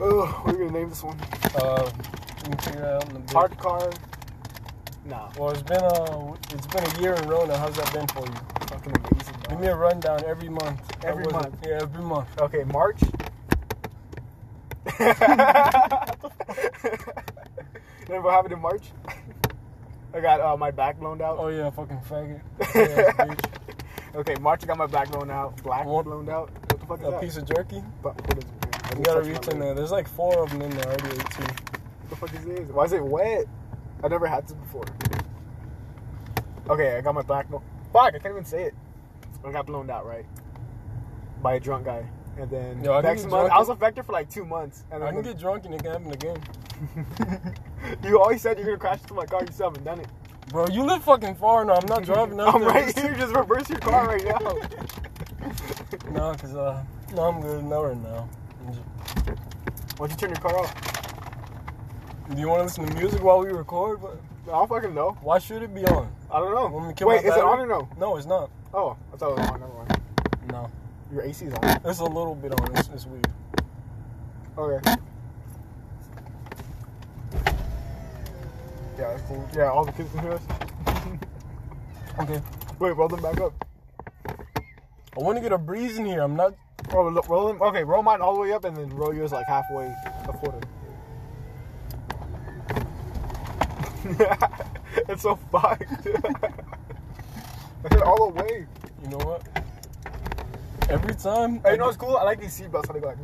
Oh, what are we gonna name this one? Uh, we can figure out in a bit. Hard car. Nah. Well, it's been a it's been a year in Rona. How's that been for you? Fucking amazing. dog. Give me a rundown every month. That Every wasn't- month. Yeah, every month. Okay, March. Remember what happened in March? I got uh, my back blown out. Oh yeah, fucking faggot. Yeah, bitch. Okay, March I got my back blown out. Black What? blown out. What the fuck is Oh. A that? piece of jerky. But what is it? I You just gotta touched my reach in leg. there. There's like four of them in there. I already ate two. What the fuck is this? Why is it wet? I never had this before. Okay, I got my back. Blo- fuck, I can't even say it. I got blown out right by a drunk guy, and then Yo, I can next get month drunk I was and- affected for like two months. And I then can get drunk and it can happen again. you always said you're gonna crash into my car. You still haven't done it. Bro, you live fucking far now. I'm not driving out I'm there. right here. Just reverse your car right now. No, cause uh, no, I'm good. No, right now. I'm just- Why don't you turn your car off? Do you want to listen to music while we record? But I don't fucking know. why should it be on? I don't When know. we kill Wait, my is it on battery? or no? No, it's not. Oh, I thought it was on. Never mind. No, Your AC's on. it's a little bit on. It's, it's weird. Okay. Yeah, that's cool. Yeah, all the kids can hear us. Okay. Wait, roll them back up. I want to get a breeze in here. I'm not. Oh, lo- roll them. Okay, roll mine all the way up and then roll yours like halfway, a quarter. it's so fucked. I did all the way. You know what? Every time. Hey, you know what's cool? I like these seatbelts. How they go like.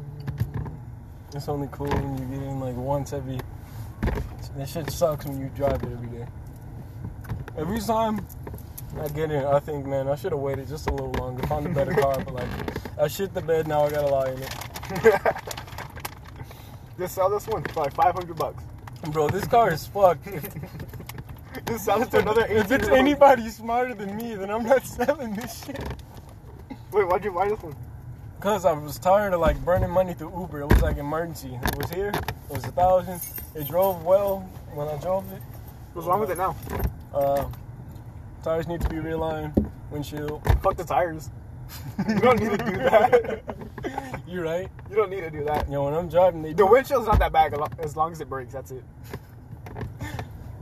It's only cool when you get in like once every. That shit sucks when you drive it every day. Every time I get in, I think, man, I should have waited just a little longer, found a better car, but like, I shit the bed now. I gotta lie in it, Just sell this one for like 500 bucks. bro. This car is fucked. If, Just sell it to another if 18 it's anybody smarter than me, then I'm not selling this shit. Wait, why'd you buy this one? Cause I was tired of like burning money through Uber. It was like emergency. It was here. It was a thousand. It drove well when I drove it. What's wrong with it now? Uh, tires need to be realigned. Windshield. Fuck the tires. you don't need to do that. you right. You don't need to do that. Yo, when I'm driving, they The do. windshield's not that bad alo- as long as it breaks. That's it.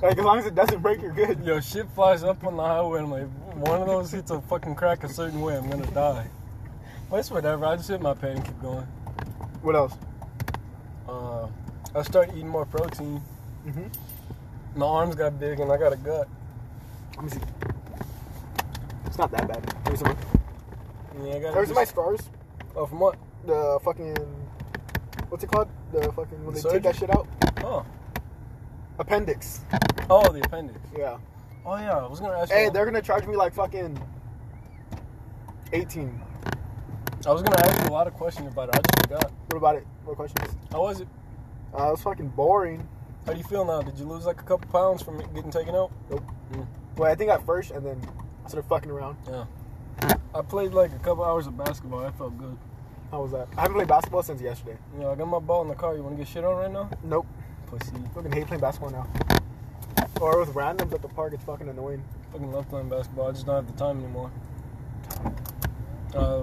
Like as long as it doesn't break, you're good. Yo, shit flies up on the highway. I'm like, one of those hits a fucking crack a certain way, I'm gonna die. But it's whatever. I just hit my pad and keep going. What else? Uh, I started eating more protein. Mhm. My arms got big and I got a gut. Let me see. It's not that bad. Let me see. Yeah, I got. There's my scars. Oh, from what? The fucking what's it called? The fucking when they Surgery? take that shit out. Oh, Appendix. oh, the appendix. Yeah. Oh yeah, I was gonna ask. Hey, you they're gonna charge me like fucking eighteen. I was gonna ask you a lot of questions about it. I just forgot. What about it? What questions? How was it? Uh, it's fucking boring. How do you feel now? Did you lose like a couple pounds from it getting taken out? Wait, I think at first, and then I started fucking around. Yeah. I played like a couple hours of basketball. I felt good. How was that? I haven't played basketball since yesterday. You know, I got my ball in the car. You wanna get shit on right now? Nope. Pussy. Fucking hate playing basketball now. Or with randoms at the park, it's fucking annoying. Fucking love playing basketball. I just don't have the time anymore. Uh,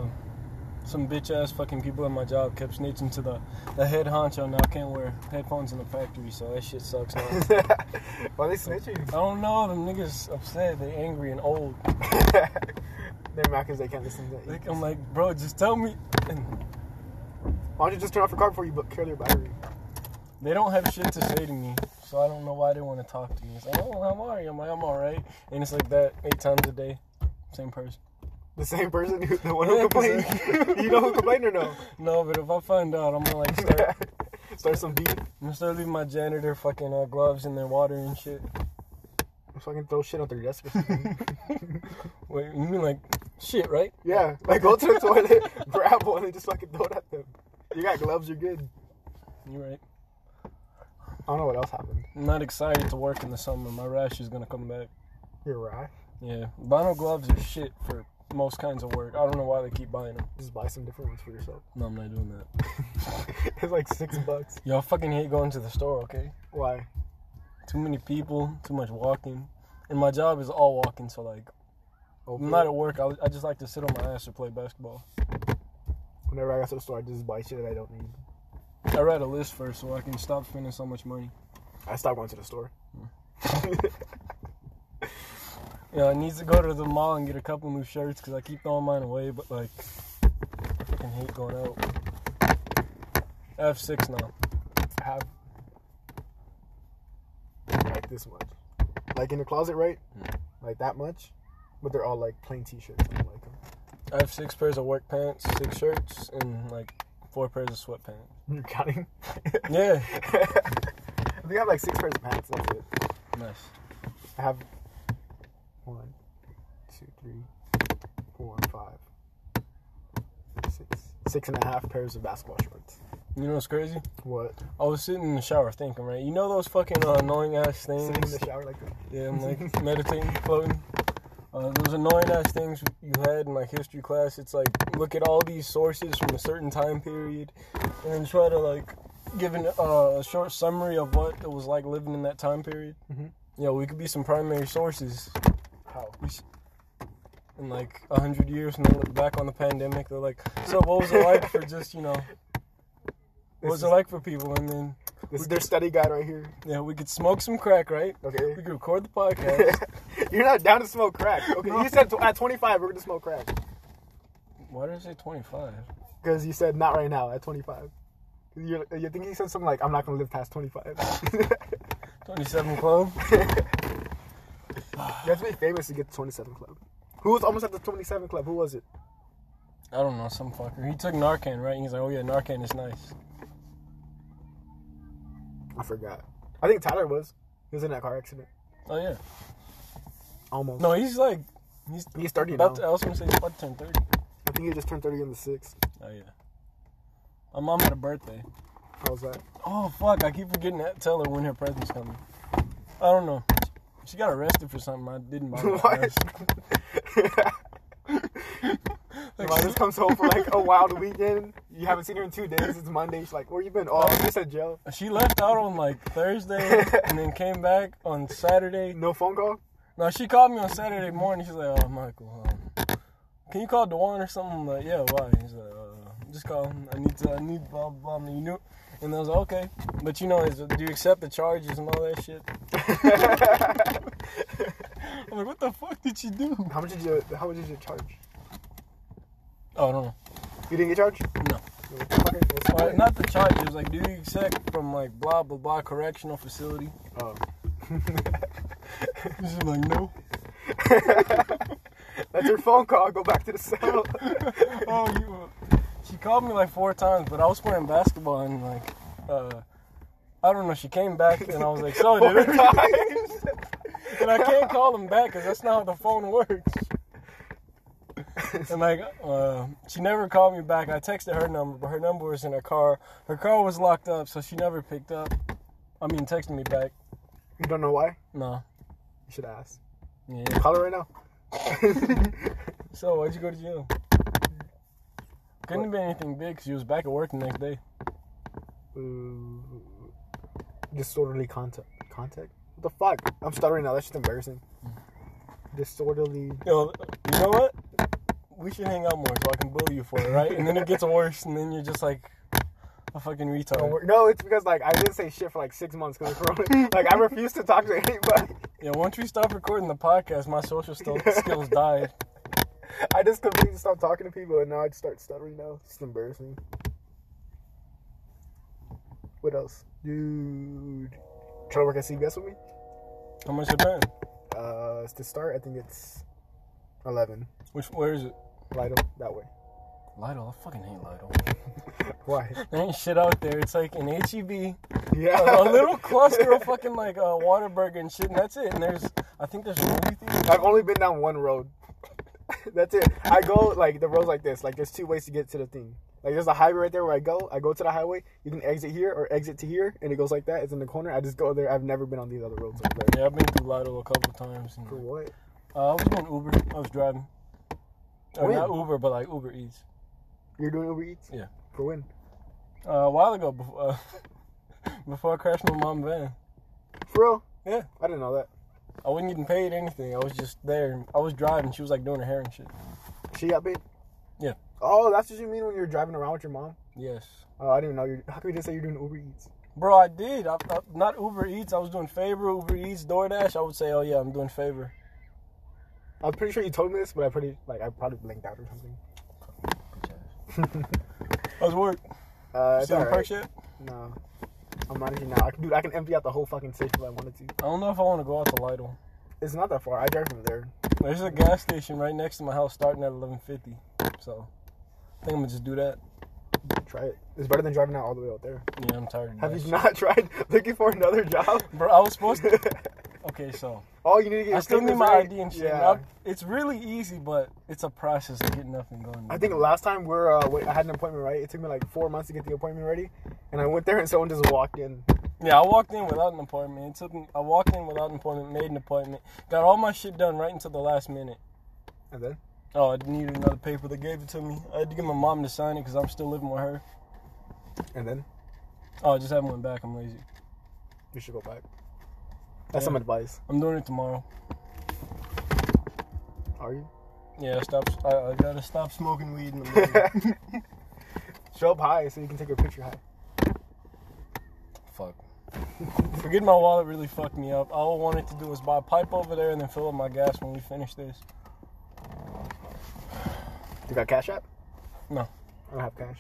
some bitch ass fucking people at my job kept snitching to the the head honcho. Now I can't wear headphones in the factory, so that shit sucks now. I Why they snitching? don't know. Them niggas upset. They angry and old. They're mad because they can't listen to Like, it. I'm like, bro, just tell me. And Why don't you just turn off your car before you bu- kill your battery? they don't have shit to say to me, so I don't know why they want to talk to me. It's like, oh, how are you? I'm like, I'm all right. And it's like that eight times a day, same person. The same person who the one Yeah, who 'cause complained. they- you know who complained or no? No, but if I find out, I'm gonna like start, I'm Start some beef. gonna start leaving my janitor fucking uh, gloves in their water and shit. Fucking throw shit on their desk. Or something. Wait, you mean like shit, right? yeah, like go to the toilet, grab one, and just fucking throw it at them. You got gloves, you're good. You right? I don't know what else happened. I'm not excited to work in the summer. My rash is gonna come back. You're right. Yeah, vinyl gloves are shit for most kinds of work. I don't know why they keep buying them. Just buy some different ones for yourself. No, I'm not doing that. it's like six bucks. Y'all fucking hate going to the store, okay? Why? Too many people, too much walking, and my job is all walking. So like, I'm Open not at work. I, I just like to sit on my ass or play basketball. Whenever I go to the store, I just buy shit that I don't need. I read a list first so I can stop spending so much money. I stopped going to the store. Hmm. Yeah, I need to go to the mall and get a couple new shirts because I keep throwing mine away, but like, I fucking hate going out. I have six now. I have like this much, like in the closet, right? Like that much, but they're all like plain t-shirts. I don't like them. I have six pairs of work pants, six shirts, and like four pairs of sweatpants. You counting? Yeah. I think I have like six pairs of pants. That's it. Nice. I have one, two, three, four, five, six, six and a half pairs of basketball shorts. You know what's crazy? What? I was sitting in the shower thinking, right? You know those fucking uh, annoying ass Sitting in things? the shower like that? Yeah, I'm like meditating, floating. Uh, those annoying ass things you had in like history class. It's like look at all these sources from a certain time period, and then try to like give an, uh, a short summary of what it was like living in that time period. Mhm. Yeah, we could be some primary sources. How? We s- in like a hundred years, when they look back on the pandemic, they're like, "So what was it like for just you know, what This was is, it like for people?" And then this is their study guide right here. yeah, we could smoke some crack, right? Okay. We could record the podcast. You're not down to smoke crack. Okay, you said tw- at 25 we're gonna smoke crack Why did I say twenty five? because you said not right now at 25. You're, you think he said something like I'm not gonna live past 25. you 27 Club. have to be famous to get the 27 club. Who was almost at the 27 club? Who was it? I don't know, some fucker. He took Narcan, right? And he's like, oh yeah, Narcan is nice. I forgot. I think Tyler was. He was in that car accident. Oh yeah. Almost. No, he's like, he's He's 30 now. about to, I was gonna say he's about to turn 30. I think he just turned 30 on the 6th. Oh yeah. My mom had a birthday. How was that? Oh fuck, I keep forgetting to tell her when her present's coming. I don't know. She got arrested for something I didn't buy. What? Like, Like, just comes home for like a wild weekend. You haven't seen her in two days. It's Monday. She's like, "Where you been? Oh, I'm just at jail. she left out on like Thursday and then came back on Saturday. No phone call." No, she called me on Saturday morning. She's like, "Oh, Michael, um, can you call Dewan or something?" I'm like, "Yeah, why?" He's like, uh, "Just call. him. I need to. I need blah blah." blah. You knew, and I was like, "Okay," but you know, is, do you accept the charges and all that shit? I'm like, "What the fuck did you do?" How much did you? How much did you charge? Oh, I don't know. You didn't get charged? No. Okay, that's All right, fine. not the charges. Like, do you accept from like blah blah blah correctional facility? Oh. She's like, "No." That's your phone call. Go back to the cell. oh, you. uh, She called me like four times, but I was playing basketball and like, uh, I don't know. She came back and I was like, "So Four did it?" times. And I can't call them back because that's not how the phone works. And like, uh, she never called me back. I texted her number, but her number was in her car. Her car was locked up, so she never picked up. I mean, texted me back. You don't know why? No. You should ask. Yeah. Call her right now. So why'd you go to jail? Couldn't have been anything big because you was back at work the next day. Ooh. Uh, Disorderly contact. Contact. What the fuck? I'm stuttering now. That's just embarrassing. Mm. Disorderly. Yo, you know what? We should hang out more so I can bully you for it, right? And then it gets worse, and then you're just like a fucking retard. No, it's because like I didn't say shit for like six months because of Corona. like I refused to talk to anybody. Yeah, once we stop recording the podcast, my social skill- skills died. I just completely stopped talking to people, and now I just start stuttering now. It's just embarrassing. What else, dude? Try to work at CBS with me. How much it paying? Uh, to start, I think it's eleven. Which where is it? Light that way. Lidl. I fucking hate Lidl. Why? There ain't shit out there. It's like an HEB, Yeah, a little cluster of fucking like uh, Waterburger and shit, and that's it. And there's, I think there's a movie theater. I've only been down one road. That's it. I go like the roads like this. Like there's two ways to get to the thing. Like there's a highway right there where I go. I go to the highway. You can exit here or exit to here, and it goes like that. It's in the corner. I just go there. I've never been on these other roads. Over there. Yeah, I've been through Lidl a couple times. And, For what? uh, I was doing Uber. I was driving. Or When? not Uber, but like Uber Eats. You're doing Uber Eats? Yeah. For when? Uh, a while ago, before, uh, before I crashed my mom's van. For real? Yeah. I didn't know that. I wasn't getting paid anything. I was just there. I was driving. She was like doing her hair and shit. She got paid. Yeah. Oh, that's what you mean when you're driving around with your mom. Yes. Oh, I didn't know you. How come you didn't say you're doing Uber Eats? Bro, I did. I, I, not Uber Eats. I was doing Favor, Uber Eats, DoorDash. I would say, oh yeah, I'm doing Favor. I'm pretty sure you told me this, but I pretty like I probably blanked out or something. How's work? Uh, it's See on alright. perks yet? No, I'm out of here now. I can, dude, I can empty out the whole fucking safe if I wanted to. I don't know if I want to go out to Lidl. It's not that far. I drive from there. There's a gas station right next to my house, starting at 11:50. So I think I'm gonna just do that. Try it. It's better than driving out all the way out there. Yeah, I'm tired. of Have that you shit. not tried looking for another job? Bro, I was supposed to. Okay, so all you need to get. I is still need papers, my right? ID and shit. Yeah. Now, It's really easy, but it's a process to get nothing going. I think last time we were, uh, wait, I had an appointment, right? It took me like four months to get the appointment ready, and I went there and someone just walked in. Yeah, I walked in without an appointment. It took. me- I walked in without an appointment. Made an appointment. Got all my shit done right until the last minute. And then Oh, I needed another paper. They gave it to me. I had to get my mom to sign it because I'm still living with her. and then Oh, I just haven't went back. I'm lazy. you should go back. That's Yeah. some advice. I'm doing it tomorrow. Are you? Yeah, stop. I, I gotta stop smoking weed in the morning. Show up high so you can take your picture high. Fuck. Forget my wallet really fucked me up. All I wanted to do was buy a pipe over there and then fill up my gas when we finish this. You got Cash App? No. I don't have cash.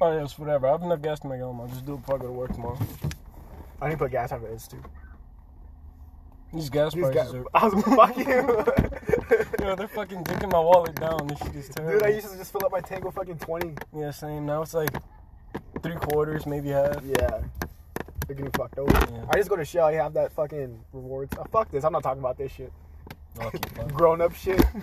Oh, yeah, it's whatever. I have enough gas to make it home. I'll just do it before I go to work tomorrow. I need to put gas on for this too. These gas These guys, prices are. I was fucking you. Yo, they're fucking digging my wallet down. This shit is terrible. Dude, I used to just fill up my tank with fucking 20. yeah, same. Now it's like three quarters, maybe half. Yeah. They're getting fucked over. Yeah. I just go to Shell, I have that fucking rewards. Oh, fuck this, I'm not talking about this shit. Lucky fuck. Grown up shit.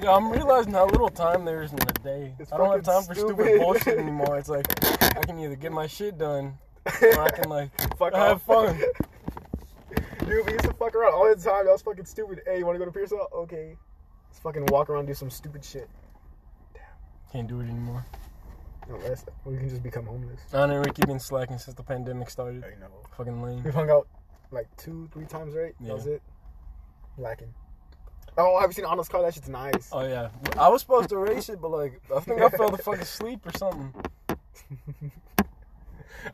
Yo, I'm realizing how little time there is in the day. It's I don't have fucking time for stupid stupid. bullshit anymore. It's like I can either get my shit done or I can like Fuck have off. fun. Dude, we used to fuck around all the time. That was fucking stupid. Hey, you wanna go to Pierce Hall? Okay. Let's fucking walk around and do some stupid shit. Can't do it anymore. Unless we can just become homeless. I know Ricky been slacking since the pandemic started. know. Fucking We've lame. hung out like two, three times, right? That was Yeah. it. Lacking. Oh, have you seen Arnold's car? That shit's nice. Oh yeah, I was supposed to race it, but like I think I fell the fuck asleep or something.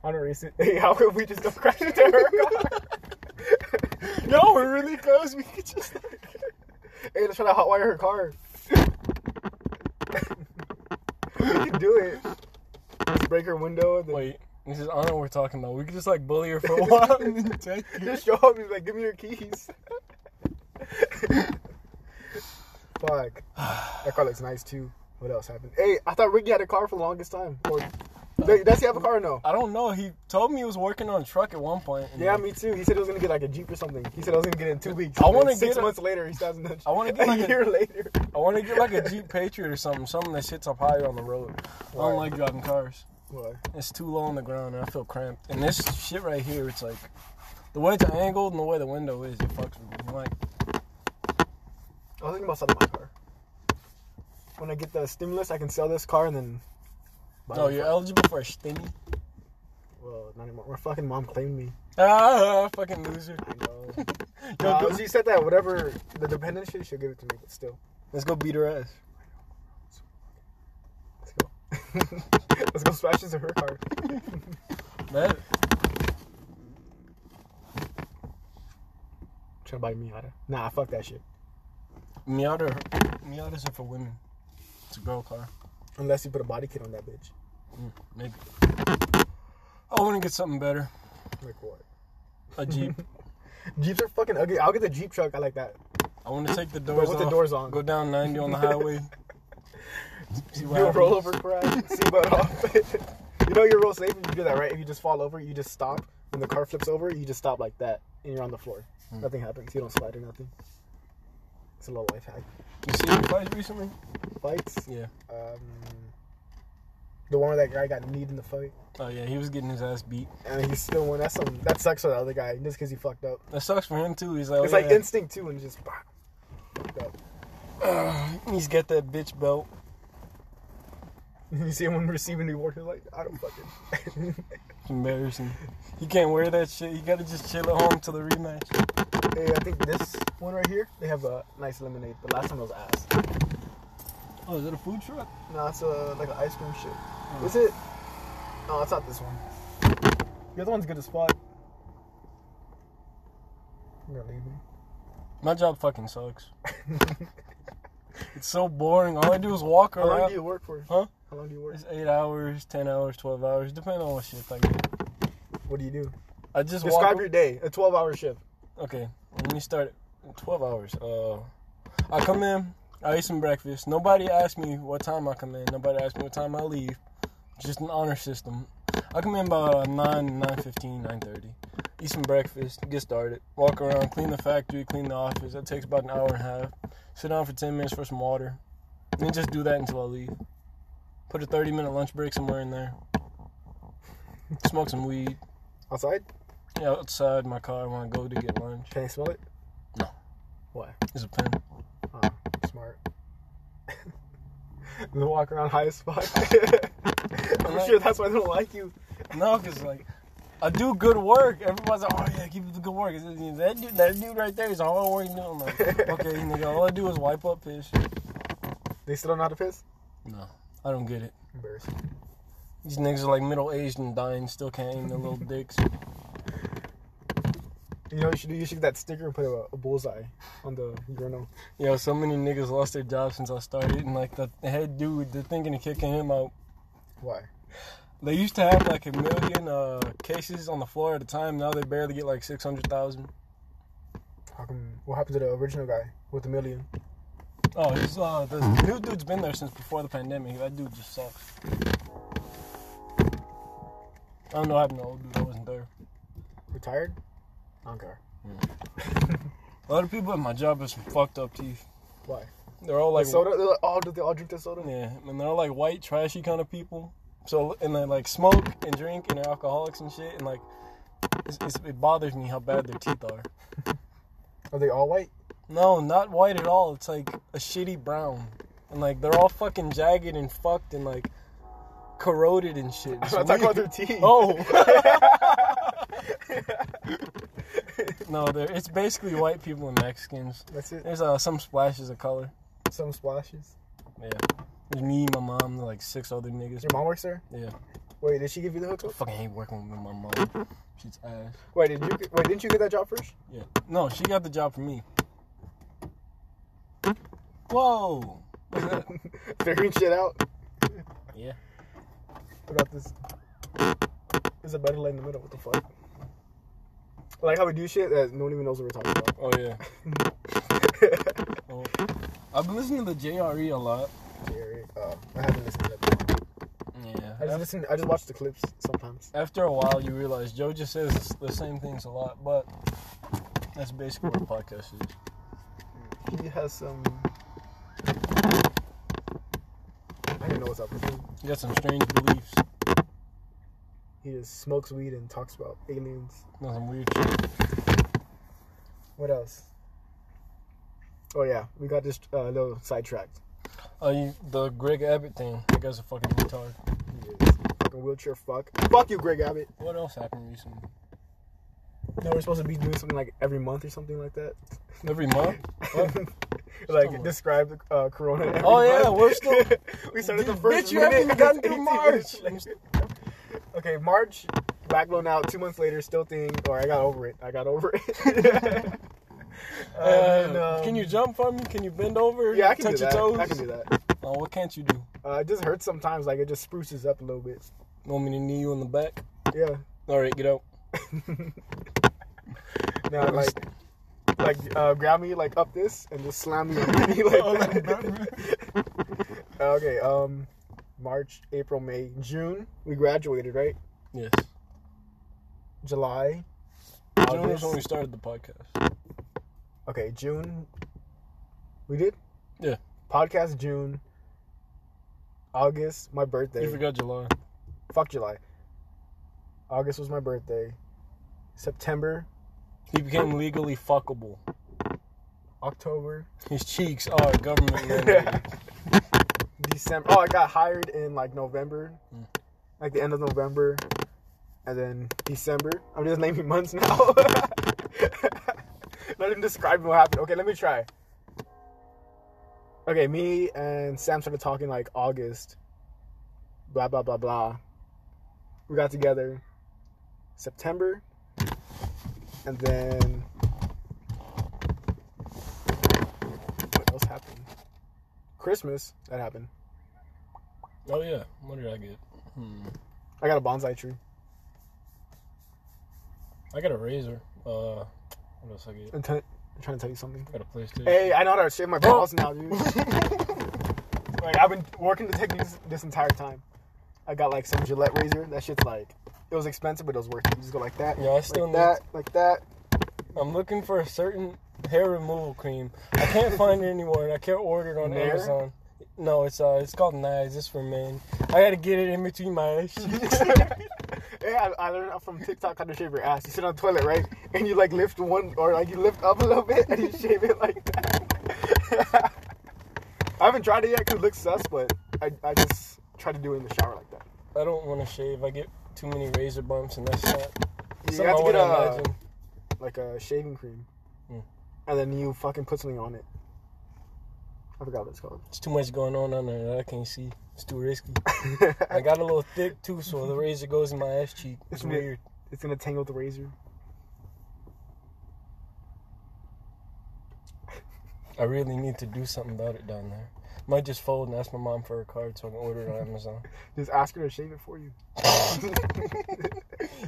On a recent. Hey, how could we just don't crash into her car? Yo, we're really close. We could just. Hey, let's try to hotwire her car. we can do it. Just break her window and then Wait, this is Anna we're talking about. We could just like bully her for a while and then take it. just show up and be like, give me your keys. Fuck. That car looks nice too. What else happened? Hey, I thought Ricky had a car for the longest time. Or Th- does he have a car or no? I don't know. He told me he was working on a truck at one point. and, Yeah, like, me too. He said he was gonna get like a Jeep or something. He said I was gonna get it in two weeks. I And then wanna six get a- months later he still hasn't I wanna get, like, a a- year later. I want to get like a Jeep Patriot or something, something that sits up higher on the road. I Why? don't like driving cars. What? It's too low on the ground and I feel cramped. And this shit right here, it's like the way it's angled and the way the window is, it fucks with me. I'm like, I was thinking about selling my car. When I get the stimulus, I can sell this car and then. buy no, a you're car. eligible for a stimmy. Well, not anymore. My fucking mom claimed me. Ah, fucking loser. I know. Yo, Uh, go- she said that whatever the dependent shit, she'll give it to me. But still, Let's go beat her ass. let's go. let's go smash into her car. That, Trying to buy a Miata. Nah, fuck that shit. Miata, Miatas are for women. It's a girl car. Unless you put a body kit on that bitch. Maybe. I want to get something better. Like what? A Jeep. Jeeps are fucking ugly. I'll get the Jeep truck. I like that. I want to take the doors with the off, doors on. Go down 90 on the highway. See what Do a happens. rollover crash, seatbelt off. you know you're real safe if you do that, right? If you just fall over, you just stop. When the car flips over, you just stop like that, and you're on the floor. Hmm. Nothing happens. You don't slide or nothing. It's a little life hack. You see any fights recently? Fights. Yeah. Um, the one where that guy got kneed in the fight, Oh yeah, he was getting his ass beat. and he still won. That's some. That sucks for the other guy, just because he fucked up. That sucks for him too. He's like, It's oh, like yeah, instinct too, and just. bah, fucked up. he's got that bitch belt. You see him when receiving the award, he's like, I don't fucking. It's embarrassing. He can't wear that shit. He gotta just chill at home till the rematch. Hey, I think this one right here, they have a nice lemonade. The last one was ass. Oh, is it a food truck? No, it's a like an ice cream shit. Is it? No, it's not this one. The other one's good as fuck. I'm gonna leave me. My job fucking sucks. it's so boring. All I do is walk How long do around. you work for? Huh? How long do you work? It's eight hours, ten hours, twelve hours, depending on what shift I get. What do you do? I just Describe walk. your day. A 12 hour shift. Okay, let me start. at Twelve hours. Uh, I come in. I eat some breakfast. Nobody asks me what time I come in. Nobody asks me what time I leave. It's just an honor system. I come in about uh, nine, nine fifteen, nine thirty. Eat some breakfast. Get started. Walk around. Clean the factory. Clean the office. That takes about an hour and a half. Sit down for ten minutes for some water. And then just do that until I leave. Put a thirty minute lunch break somewhere in there. Smoke some weed. Outside? Yeah, outside my car when I go to get lunch. Can I smell it? No. Why? It's a pen. Oh, smart. the walk around high as fuck. I'm like- sure that's why they don't like you. No, because like I do good work. Everybody's like, oh yeah, keep up the good work. It's- it's- That dude, that dude right there is all I work doing. I'm like, okay, nigga, all I do is wipe up fish. They still don't know how to piss? No, I don't get it. Embarrassing. These niggas are like middle aged and dying, still can't aim their little dicks. You know what you should do? You should get that sticker and put a, a bullseye on the urinal. Yo, so many niggas lost their jobs since I started, and like the head dude, they're thinking of kicking him out. Why? They used to have like a million uh, cases on the floor at a time. Now they barely get like six hundred thousand. How come? What happened to the original guy with the million? Oh, he's, uh, the new dude's been there since before the pandemic. That dude just sucks. I don't know what happened to the old dude. I wasn't there. Retired? I don't care. A lot of people at my job have some fucked up teeth. Why? They're all Like like, soda? They're like, oh, do they all drink the soda? yeah, and they're all like white, trashy kind of people. So and they like smoke and drink and they're alcoholics and shit. And like, it's, it's, it bothers me how bad their teeth are. Are they all white? No, not white at all. It's like a shitty brown. And like they're all fucking jagged and fucked and like corroded and shit. It's I'm not talking about weird. their teeth. Oh. no, there. It's basically white people and Mexicans. That's it. There's uh, some splashes of color. Some splashes. Yeah. There's me, my mom, and, like six other niggas. Your mom works there. Yeah. Wait, did she give you the hookup? I fucking hate working with my mom. She's ass. Wait, did you? get- Wait, didn't you get that job first? Yeah. No, she got the job for me. Whoa. Figuring shit out. Yeah. I got this. There's a better light in the middle. What the fuck? I like how we do shit that no one even knows what we're talking Oh yeah. about. Oh. I've been listening to the JRE a lot. Jerry, uh, I haven't listened to that. I Yeah. just listen. I just watch the clips sometimes. after a while you realize Joe just says the same things a lot, but that's basically what a podcast is. He has some. I don't even know what's up with him. You got some strange beliefs, He just smokes weed and talks about aliens. you know, some weird shit. What else? Oh yeah, we got this uh, little sidetracked. Oh, you, the Greg Abbott thing. That guy's a fucking retard. He is fucking wheelchair fuck. Fuck you, Greg Abbott. What else happened recently? No, we're supposed to be doing something like every month or something like that. Every month? What? like Somewhat. describe the uh, corona. every Oh, yeah, month. we're still- we started the Dude, first. Bitch, you haven't even minute, gotten it's through 18 March. minutes late. Okay, March, back blown out. Two months later, still thing. Or I got over it. I got over it. Uh, And, um, can you jump for me? Can you bend over? Yeah, I can touch do that. your toes. I can do that. Oh, what can't you do? Uh, it just hurts sometimes. Like it just spruces up a little bit. Want me to knee you in the back? Yeah. All right, get out. Now like. Like uh, grab me like up this and just slam me like that. okay, um, March, April, May, June. We graduated, right? Yes. July. June was August. when we started the podcast. Okay, June. We did? Yeah. Podcast June. August, my birthday. You forgot July. Fuck July. August was my birthday. September, He became legally fuckable. October, His cheeks are government mandated. December. Oh, I got hired in like November, Mm. like the end of November, and then December. I'm just naming months now. Not even describing what happened. Okay, let me try. okay, me and Sam started talking like August. Blah blah blah blah. We got together September, and then what else happened? Christmas that happened. Oh yeah. What did I get? Hmm. I got a bonsai tree. I got a razor. Uh, what else I get? I'm, t- I'm trying to tell you something. I got a PlayStation. Hey, I know how to shave my balls now, dude. like I've been working the techniques this entire time. I got like some Gillette razor. That shit's like it was expensive, but it was worth it. You just go like that. Yeah, I still like need- that, like that. I'm looking for a certain hair removal cream. I can't find it anywhere, and I can't order it on Nair? Amazon. No, it's uh, it's called Nads. It's for men. I gotta get it in between my cheeks. Yeah, I, I learned from TikTok how to shave your ass. You sit on the toilet, right? And you like lift one or like you lift up a little bit and you shave it like that. I haven't tried it yet because it looks sus, but I, I just try to do it in the shower like that. I don't want to shave. I get too many razor bumps, and that's not. You something have I to get wanna a- uh, imagine. Like a shaving cream. Hmm. And then you fucking put something on it. I forgot what it's called. It's too much going on on there that I can't see. It's too risky. I got a little thick too, so the razor goes in my ass cheek. It's Isn't it- weird. it's gonna tangle the razor. I really need to do something about it down there. Might just fold and ask my mom for a card so I can order it on Amazon. Just ask her to shave it for you.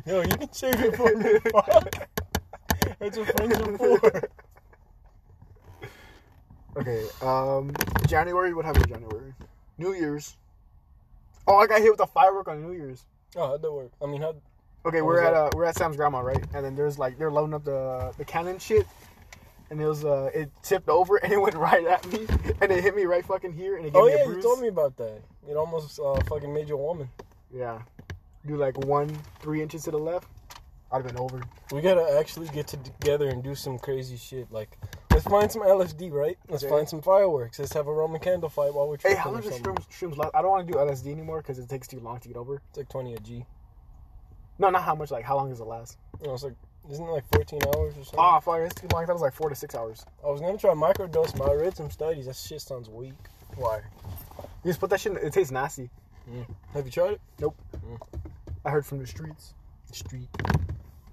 Yo, you can shave it for me. Fuck. That's what friends are for. Okay, um, January, what happened in January? New Year's. Oh, I got hit with a firework on New Year's. Oh, that work. I mean, how? Okay, What we're was at that? uh, we're at Sam's grandma, right? And then there's like they're loading up the the cannon shit, and it was uh it tipped over and it went right at me and it hit me right fucking here and it gave Oh me a yeah, bruise. you told me about that. It almost uh, fucking made you a woman. Yeah, do like one three inches to the left, I'd have been over. We gotta actually get to together and do some crazy shit. Like, let's find some LSD, right? Let's Okay. find some fireworks. Let's have a Roman candle fight while we're Hey, tripping how or much is something. shrooms? Shrooms? Last? I don't want to do LSD anymore because it takes too long to get over. It's like twenty a G. No, not how much. Like how long does it last? You know, it's like isn't it like fourteen hours or something? Ah, fuck, it's too long. That was like four to six hours. I was gonna try microdose, but I read some studies. That shit sounds weak. Why? You just put that shit. in It tastes nasty. Have you tried it? I heard from the streets. The street.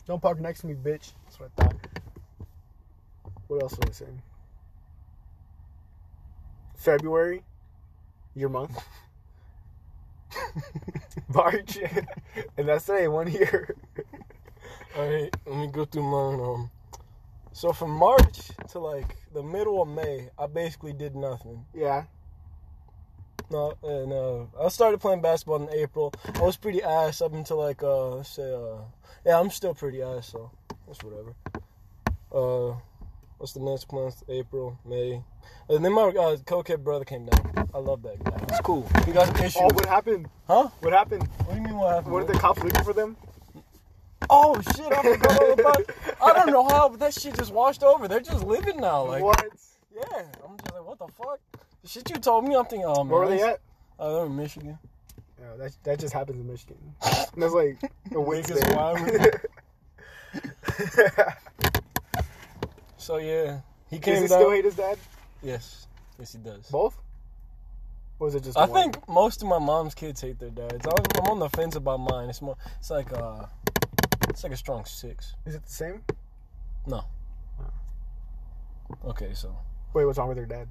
Don't park next to me, bitch. That's what I thought. What else was I saying? February, your month. March, and that's today. One year. All right, let me go through mine. Um, so from March to like the middle of May, I basically did nothing. Yeah. No, uh, no. I started playing basketball in April. I was pretty ass up until like uh, let's say uh, yeah, I'm still pretty ass, so that's whatever. Uh, what's the next month? April, May, and then my uh, cokehead brother came down. I love that guy. It's cool. He got some issues. Oh, what happened? Huh? What happened? What do you mean? What happened? What are the cops looking for them? Oh shit! I forgot all about. I don't know how, but that shit just washed over. They're just living now. Like what? yeah, I'm just like, what the fuck? The shit you told me, I'm thinking, oh man. Where were they at? Oh, they're in Michigan. Yeah, that that just happens in Michigan. And that's like a Wake Wednesday. is wild. So yeah, he came Does he down. still hate his dad? yes, yes he does. Both? Or is it just I one? think most of my mom's kids hate their dads. I'm, I'm on the fence about mine. It's more, it's like uh, it's like a strong six. Is it the same? Okay, so Wait, what's wrong with her dad?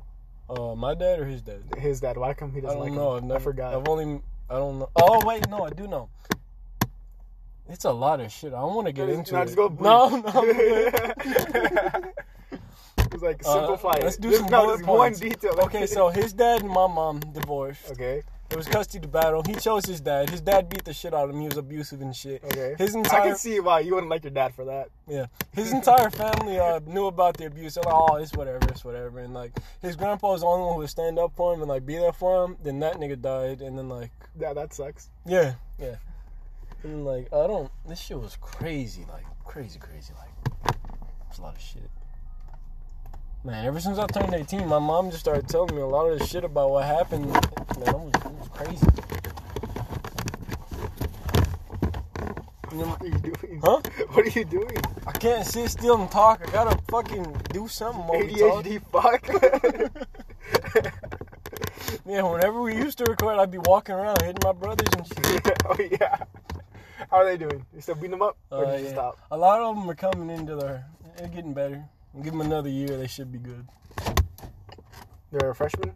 uh, my dad or his dad? His dad. Why come he I doesn't don't like know. him? I've never, I forgot. I've only. I don't know. Oh wait, no, I do know. It's a lot of shit. I don't want to get Just- into nah, it. just go no, brief. no. I'm good. it's like Uh, simplify it. Let's do Just- some no, bullet just points. one detail. Okay, so his dad and my mom divorced. okay, It was custody battle. He chose his dad. His dad beat the shit out of him. He was abusive and shit. okay. His I entire can see why you wouldn't like your dad for that. yeah, his entire family uh, knew about the abuse. They're like, oh, it's whatever, it's whatever. And like, his grandpa was the only one who would stand up for him and like be there for him. Then that nigga died, and then like, Yeah, that sucks. yeah, yeah. And then like, I don't. This shit was crazy, like crazy, crazy, like. It's a lot of shit. Man, ever since I turned 18, my mom just started telling me a lot of this shit about what happened. Man, it was, it was crazy. What are you doing? Huh? What are you doing? I can't sit still and talk. I gotta fucking do something while we talk. ADHD fuck. Yeah, whenever we used to record, I'd be walking around hitting my brothers and shit. oh yeah. How are they doing? You still beating them up, or Uh, did you yeah. stop? A lot of them are coming into their. They're getting better. Give them another year, they should be good. They're a freshman.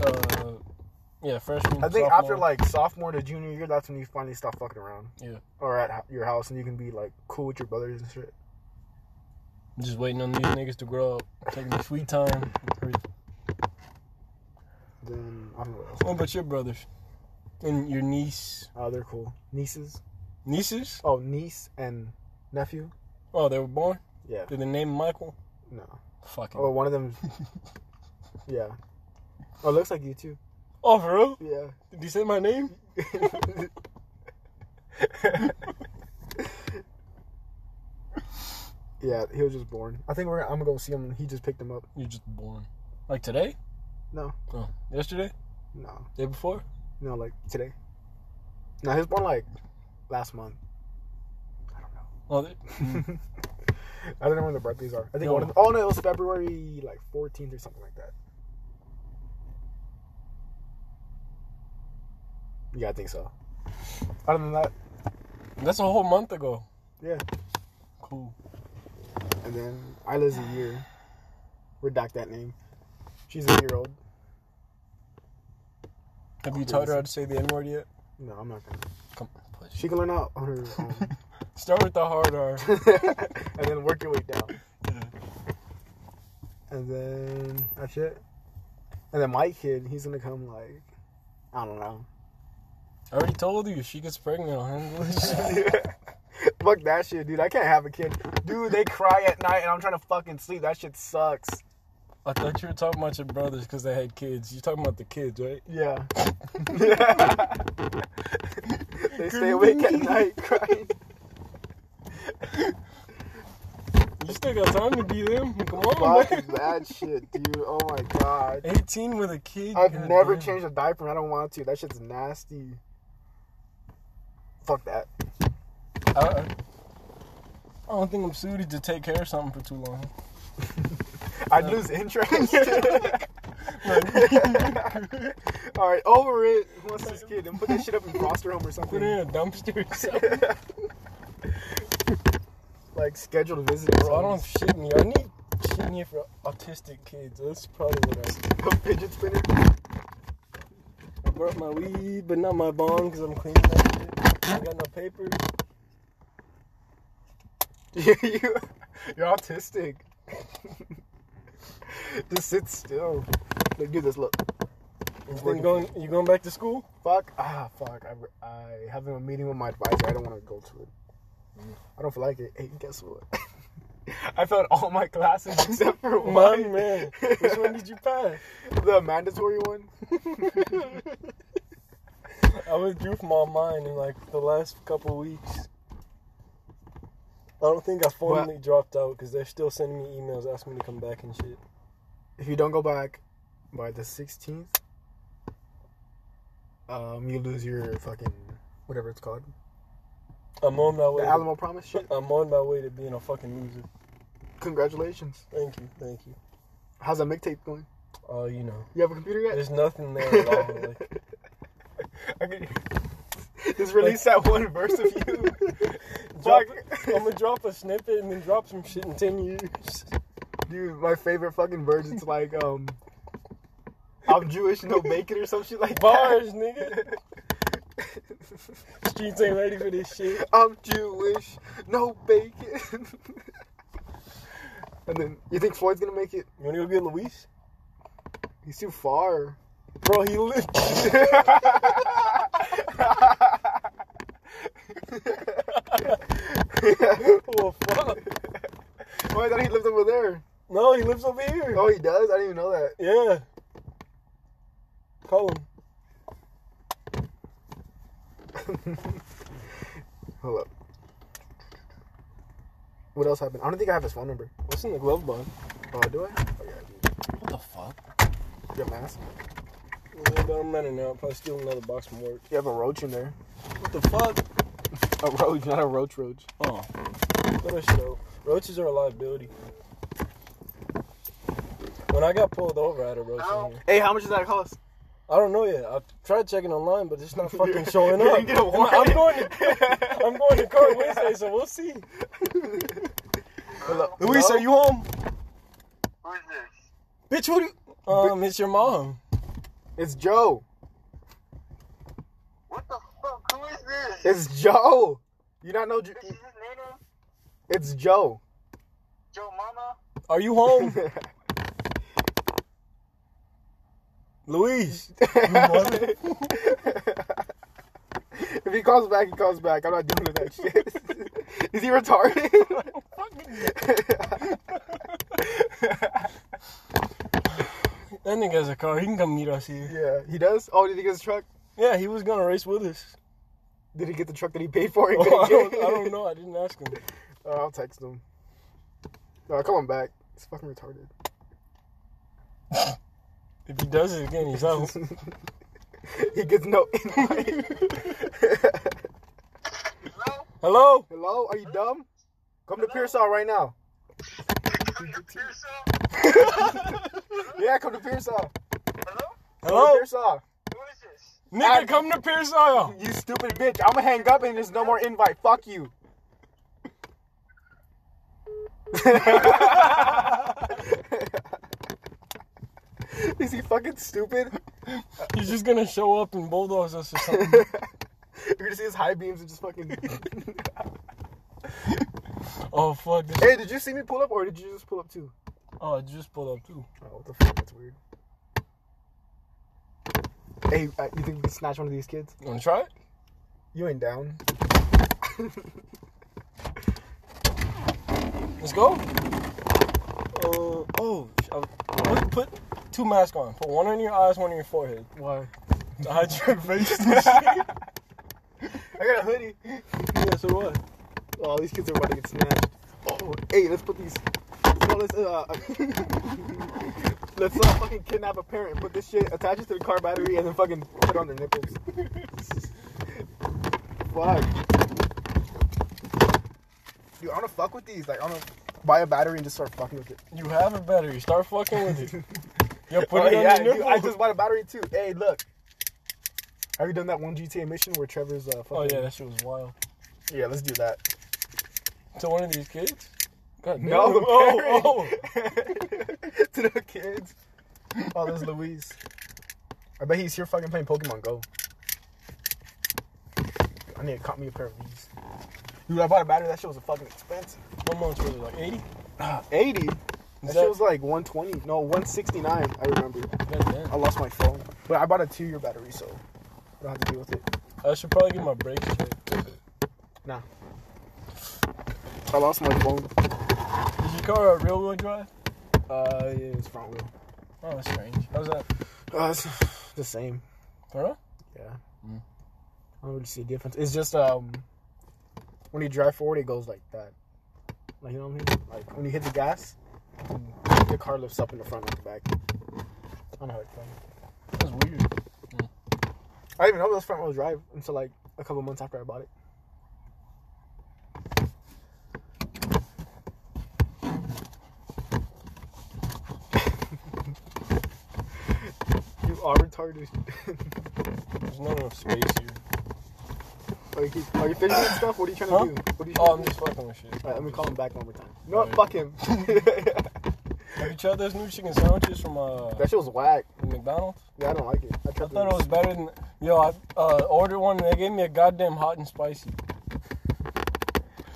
Uh, yeah, freshman. I think after sophomore. like sophomore to junior year, that's when you finally stop fucking around. Yeah. Or at ho- your house, and you can be like cool with your brothers and shit. Just waiting on these niggas to grow up, taking their sweet time. Then I don't know what else. What about your brothers and your niece, Oh, they're cool. Nieces. nieces? Oh, niece and nephew. Oh, they were born. Yeah. Did they name Michael? No. Fucking. Oh, one of them. yeah. Oh, looks like you too. Oh, for real? Yeah. Did you say my name? yeah, he was just born. I think we're. I'm gonna go see him. He just picked him up. You're just born. Like today? No. Oh, yesterday? No, Day before? no, like today. No, he was born like last month. I don't know. Oh, they- I don't know when the birthdays are. I think No. one of the, oh no, it was February like 14th or something like that. Yeah, I think so. Other than that, that's a whole month ago. yeah. Cool. And then Isla's a year. Redact that name. She's a year old. Have you taught her how to say the N word yet? No, I'm not gonna. Come on, push. She can learn out on her own, Start with the hard R. and then work your way down. Yeah. And then that's it. And then my kid, he's gonna come like, I don't know. I already told you, she gets pregnant, I'll handle it. Fuck that shit, dude. I can't have a kid. Dude, they cry at night and I'm trying to fucking sleep. That shit sucks. I thought you were talking about your brothers because they had kids. You're talking about the kids, right? Yeah. they stay awake at night crying. You still got time to be them. Come on, Fuck man. that shit, dude. Oh my god. 18 with a kid. I've God never damn. changed a diaper and I don't want to. That shit's nasty. Fuck that. I, I I don't think I'm suited to take care of something for too long. I'd lose interest. Like, Alright, over it. Who wants this kid? And put that shit up in foster home or put it in something. a dumpster or something. Like scheduled visitors. Bro, I don't have shit in here. I need shit in here for autistic kids. That's probably what I A fidget spinner. I brought my weed, but not my bong because I'm cleaning that shit. I ain't got no paper. you, you- you're autistic. Just sit still. Look, do this. Look. Then you going, you going back to school? Fuck. Ah, fuck. I, I having a meeting with my advisor. I don't want to go to it. I don't feel like it. Hey, guess what? I failed all my classes except for My one. man. Which one did you pass? The mandatory one. I withdrew from all mine in like the last couple weeks. I don't think I formally dropped out because they're still sending me emails asking me to come back and shit. If you don't go back by the 16th, um, you lose your fucking whatever it's called. I'm on my way. The Alamo Promise shit. I'm on my way to being a fucking loser. Congratulations. Thank you, thank you. How's that mixtape going? Oh, you know, You have a computer yet? there's nothing there at all. Like, Okay. Just release that one verse of you. drop, Fuck. I'm gonna drop a snippet and then drop some shit in ten years. Dude, my favorite fucking verse it's like, um, I'm Jewish, no bacon or some shit like that. Bars, nigga. Streets ain't ready for this shit. I'm Jewish, no bacon. and then, you think Floyd's gonna make it? You wanna go get Luis? He's too far. Bro, he lived. oh fuck. Why I thought he lived over there. No, he lives over here. Oh, he does? I didn't even know that. Yeah. Call him. Hold up. What else happened? I don't think I have his phone number. What's in the glove box? Oh, do I? Oh, yeah, I do. What the fuck? You have an ass? Yeah, but I'm running now. I'll probably steal another box from work. You have a roach in there. What the fuck? A roach, not a roach roach. Oh. Let us show. Roaches are a liability. When I got pulled over, I had a roach in here. Hey, how much does that cost? I don't know yet. I tried checking online, but it's not fucking You're- showing you're up. gonna I'm, want I'm it. going to I'm going to court Wednesday, so we'll see. Hello. Luis, Hello? are you home? Who is this? Bitch, what? You, um, it's your mom. It's Joe. What the fuck? Who is this? It's Joe. You not know? Jo- this is his name? It's Joe. Joe Mama? Are you home, Luis? mother. if he calls back, he calls back. I'm not doing that shit. Is he retarded? That nigga has a car. He can come meet us here. yeah, he does. Oh, did he get his truck? Yeah, he was gonna race with us. Did he get the truck that he paid for? He Oh, I, couldn't don't, get? I don't know. I didn't ask him. Oh, I'll text him. No, come on back. He's fucking retarded. If he does it again, he's out. he gets no invite. Hello? Hello? Hello? Are you dumb? Come to Pearsall right now. Are you Pearsall? Yeah, come to Pearsall. Come Hello? to Hello? Pearsall. Who is this? Nigga, come to Pierce Isle. You stupid bitch. I'm gonna hang up and there's no more invite. Fuck you. Is he fucking stupid? He's just gonna show up and bulldoze us or something. You're gonna see his high beams and just fucking. oh, fuck. This. hey, did you see me pull up or did you just pull up too? Oh, I just pulled up too. Oh, what the fuck? That's weird. Hey, uh, you think we can snatch one of these kids? You wanna try it? You ain't down. Let's go. Uh, oh, sh- I was- put, put two masks on. Put one on your eyes, one on your forehead. Why? To hide your face and shit. I got a hoodie. Yeah, so what? Oh, these kids are about to get snatched. Oh, hey, let's put these. No, let's uh, let's uh, fucking kidnap a parent and put this shit, attach it to the car battery, and then fucking put it on their nipples. Fuck. Dude, I wanna fuck with these. Like, I wanna buy a battery and just start fucking with it. You have a battery. Start fucking with it. Yeah, put Oh, it on yeah, your dude, nipple. I just bought a battery too. Hey, look. Have you done that one GTA mission where Trevor's uh? Fucking... Oh, yeah, that shit was wild. Yeah, let's do that. To one of these kids? God damn. No, Oh, oh. to the kids. Oh, there's Luis. I bet he's here fucking playing Pokemon Go. I need to cop me a pair of these. Dude, I bought a battery. That shit was a fucking expensive. One month was it, like 80? 80? That, Is shit that- was like 120. No, 169. I remember. God damn. I lost my phone. But I bought a two year battery, so I don't have to deal with it. I should probably get my brakes checked. Nah. I lost my phone. Is your car a real wheel drive? Uh, yeah, it's front wheel. Oh, that's strange. How's that? Uh, it's the same. For real? Yeah. Mm. I don't really see a difference. It's just um when you drive forward it goes like that. Like you know what I mean? Like when you hit the gas, the car lifts up in the front and the back. I don't know how it's done. That's weird. I didn't even know it was front wheel drive until like a couple months after I bought it. you are retarded. There's not enough space here. are, you, are you fidgeting and stuff? What are you trying to Huh? do? What are you Oh, trying I'm to do? just fucking with shit. Alright, let me call him back one more time. You know what? Alright. Fuck him. that Have you tried those new chicken sandwiches from uh, shit was whack. McDonald's? Yeah, I don't like it. I I tried thought it was better than. Yo, I uh, ordered one and they gave me a goddamn hot and spicy.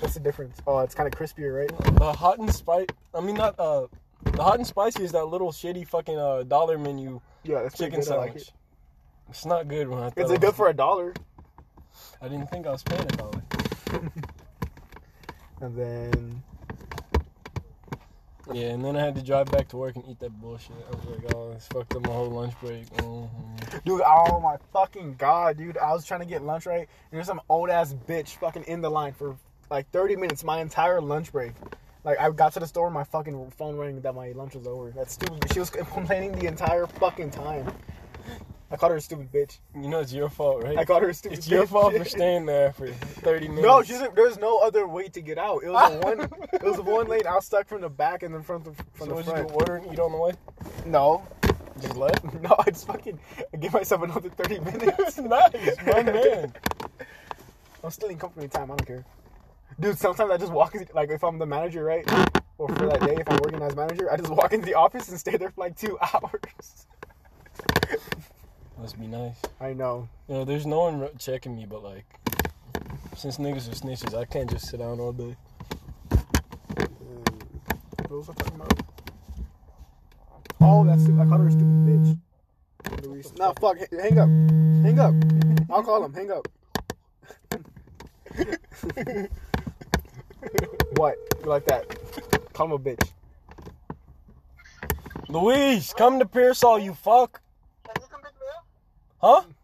What's the difference? Oh, it's kind of crispier, right? The hot and spicy. I mean, not. uh, The hot and spicy is that little shitty fucking uh, dollar menu Yeah, that's pretty chicken good. I sandwich. like it. It's not good when I thought It's I a good was- for a dollar. I didn't think I was paying a dollar. And then Yeah, and then I had to drive back to work and eat that bullshit. I was like, oh, this fucked up my whole lunch break. hmm Dude, oh my fucking god, dude. I was trying to get lunch right, and there's some old ass bitch fucking in the line for like 30 minutes, my entire lunch break. Like, I got to the store, my fucking phone rang that my lunch was over. That's stupid. She was complaining the entire fucking time. I called her a stupid bitch. You know it's your fault, right? I called her a stupid It's your bitch. fault for staying there for 30 minutes. No, she's there's no other way to get out. It was a one. it was a one lane. I was stuck from the back and then from the So from the what you front. order and eat on the way? No, Just left? No, I just fucking I give myself another 30 minutes. That's nice, my man. I'm still in company time. I don't care. Dude, sometimes I just walk, in- like, if I'm the manager, right? Or for that day, if I'm working as manager, I just walk into the office and stay there for like two hours. Must be nice. I know. You know, there's no one re- checking me, but like, since niggas are snitches, I can't just sit down all day. What was I talking about? Oh, that's stu- I called her a stupid bitch. Luis. Nah, fuck. h- Hang up. Hang up. I'll call him. Hang up. what? You like that? Call him a bitch. Luis, come to Pearsall, you fuck. Can you come pick me up? Huh? Can you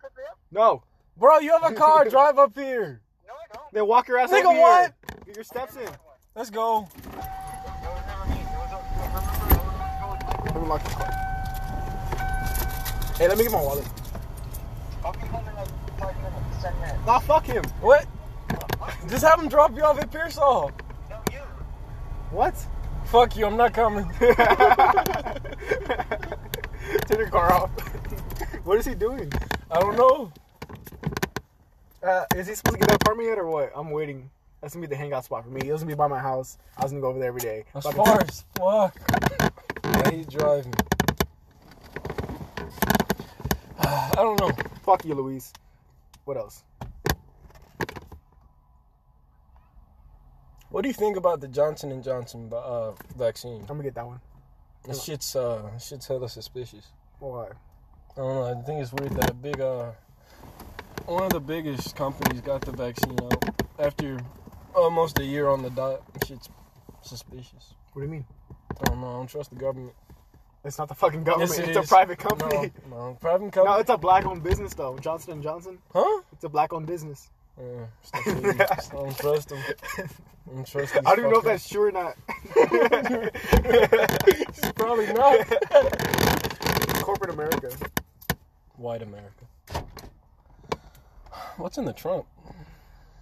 pick me up? No. Bro, you have a car. Drive up here. No, I don't. Then walk your ass Nigga, over here. what? Get your steps in. Let's go. No, it was never me. It was, a- remember, I was Let going me lock this car. Hey, let me get my wallet. I'll be home in like five minutes, ten minutes. Nah, fuck him. What? What? Just have him drop you off at Pearsall. No, you. What? Fuck you, I'm not coming. Turn your car off. what is he doing? I don't know. Uh, is he supposed to get that apartment yet or what? I'm waiting. That's gonna be the hangout spot for me. It was gonna be by my house. I was gonna go over there every day. That's Fucking- far as fuck. I hate driving. I don't know. Fuck you, Luis. What else? What do you think about the Johnson and Johnson uh, vaccine? I'm gonna get that one. This shit's uh, this shit's hella suspicious. Why? I don't know. I think it's weird that a big uh, one of the biggest companies got the vaccine out after almost a year on the dot. Shit's suspicious. What do you mean? I don't know. I don't trust the government. It's not the fucking government. Yes, it Oh, it's a is. private company. No, no, private No. company. it's a black-owned business though. Johnson and Johnson. huh? It's a black-owned business. Yeah, stuff like that. Just Mm, don't trust them. Don't trust these I don't even know if fuckers. that's true or not. probably not. Corporate America. White America. What's in the trunk?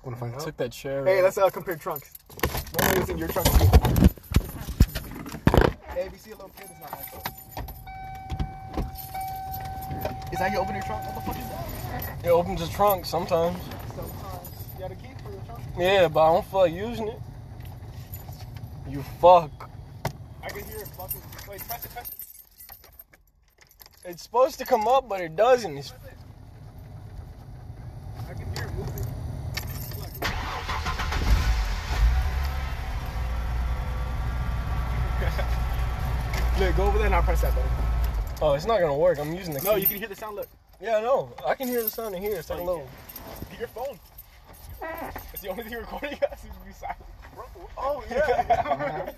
Wanna find out? Took that chair. Hey, out. let's uh, compare trunks. Let me what's in your trunk. Hey, if you see a little kid, it's not my fault. Is that you open your trunk? What the fuck is that? it opens the trunk sometimes. Sometimes. You got a key for your trunk? Yeah, but I don't feel like using it. You fuck. I can hear it fucking. Wait, press it, press it. It's supposed to come up, but it doesn't. It's, I can hear it moving. Look. Look, go over there and I'll press that button. oh, it's not gonna work. I'm using the. No, key. you can hear the sound. Look, Yeah, I know. I can hear the sound in here. It's like a you little. get your phone. It's the only thing recording us. You be silent. Oh yeah.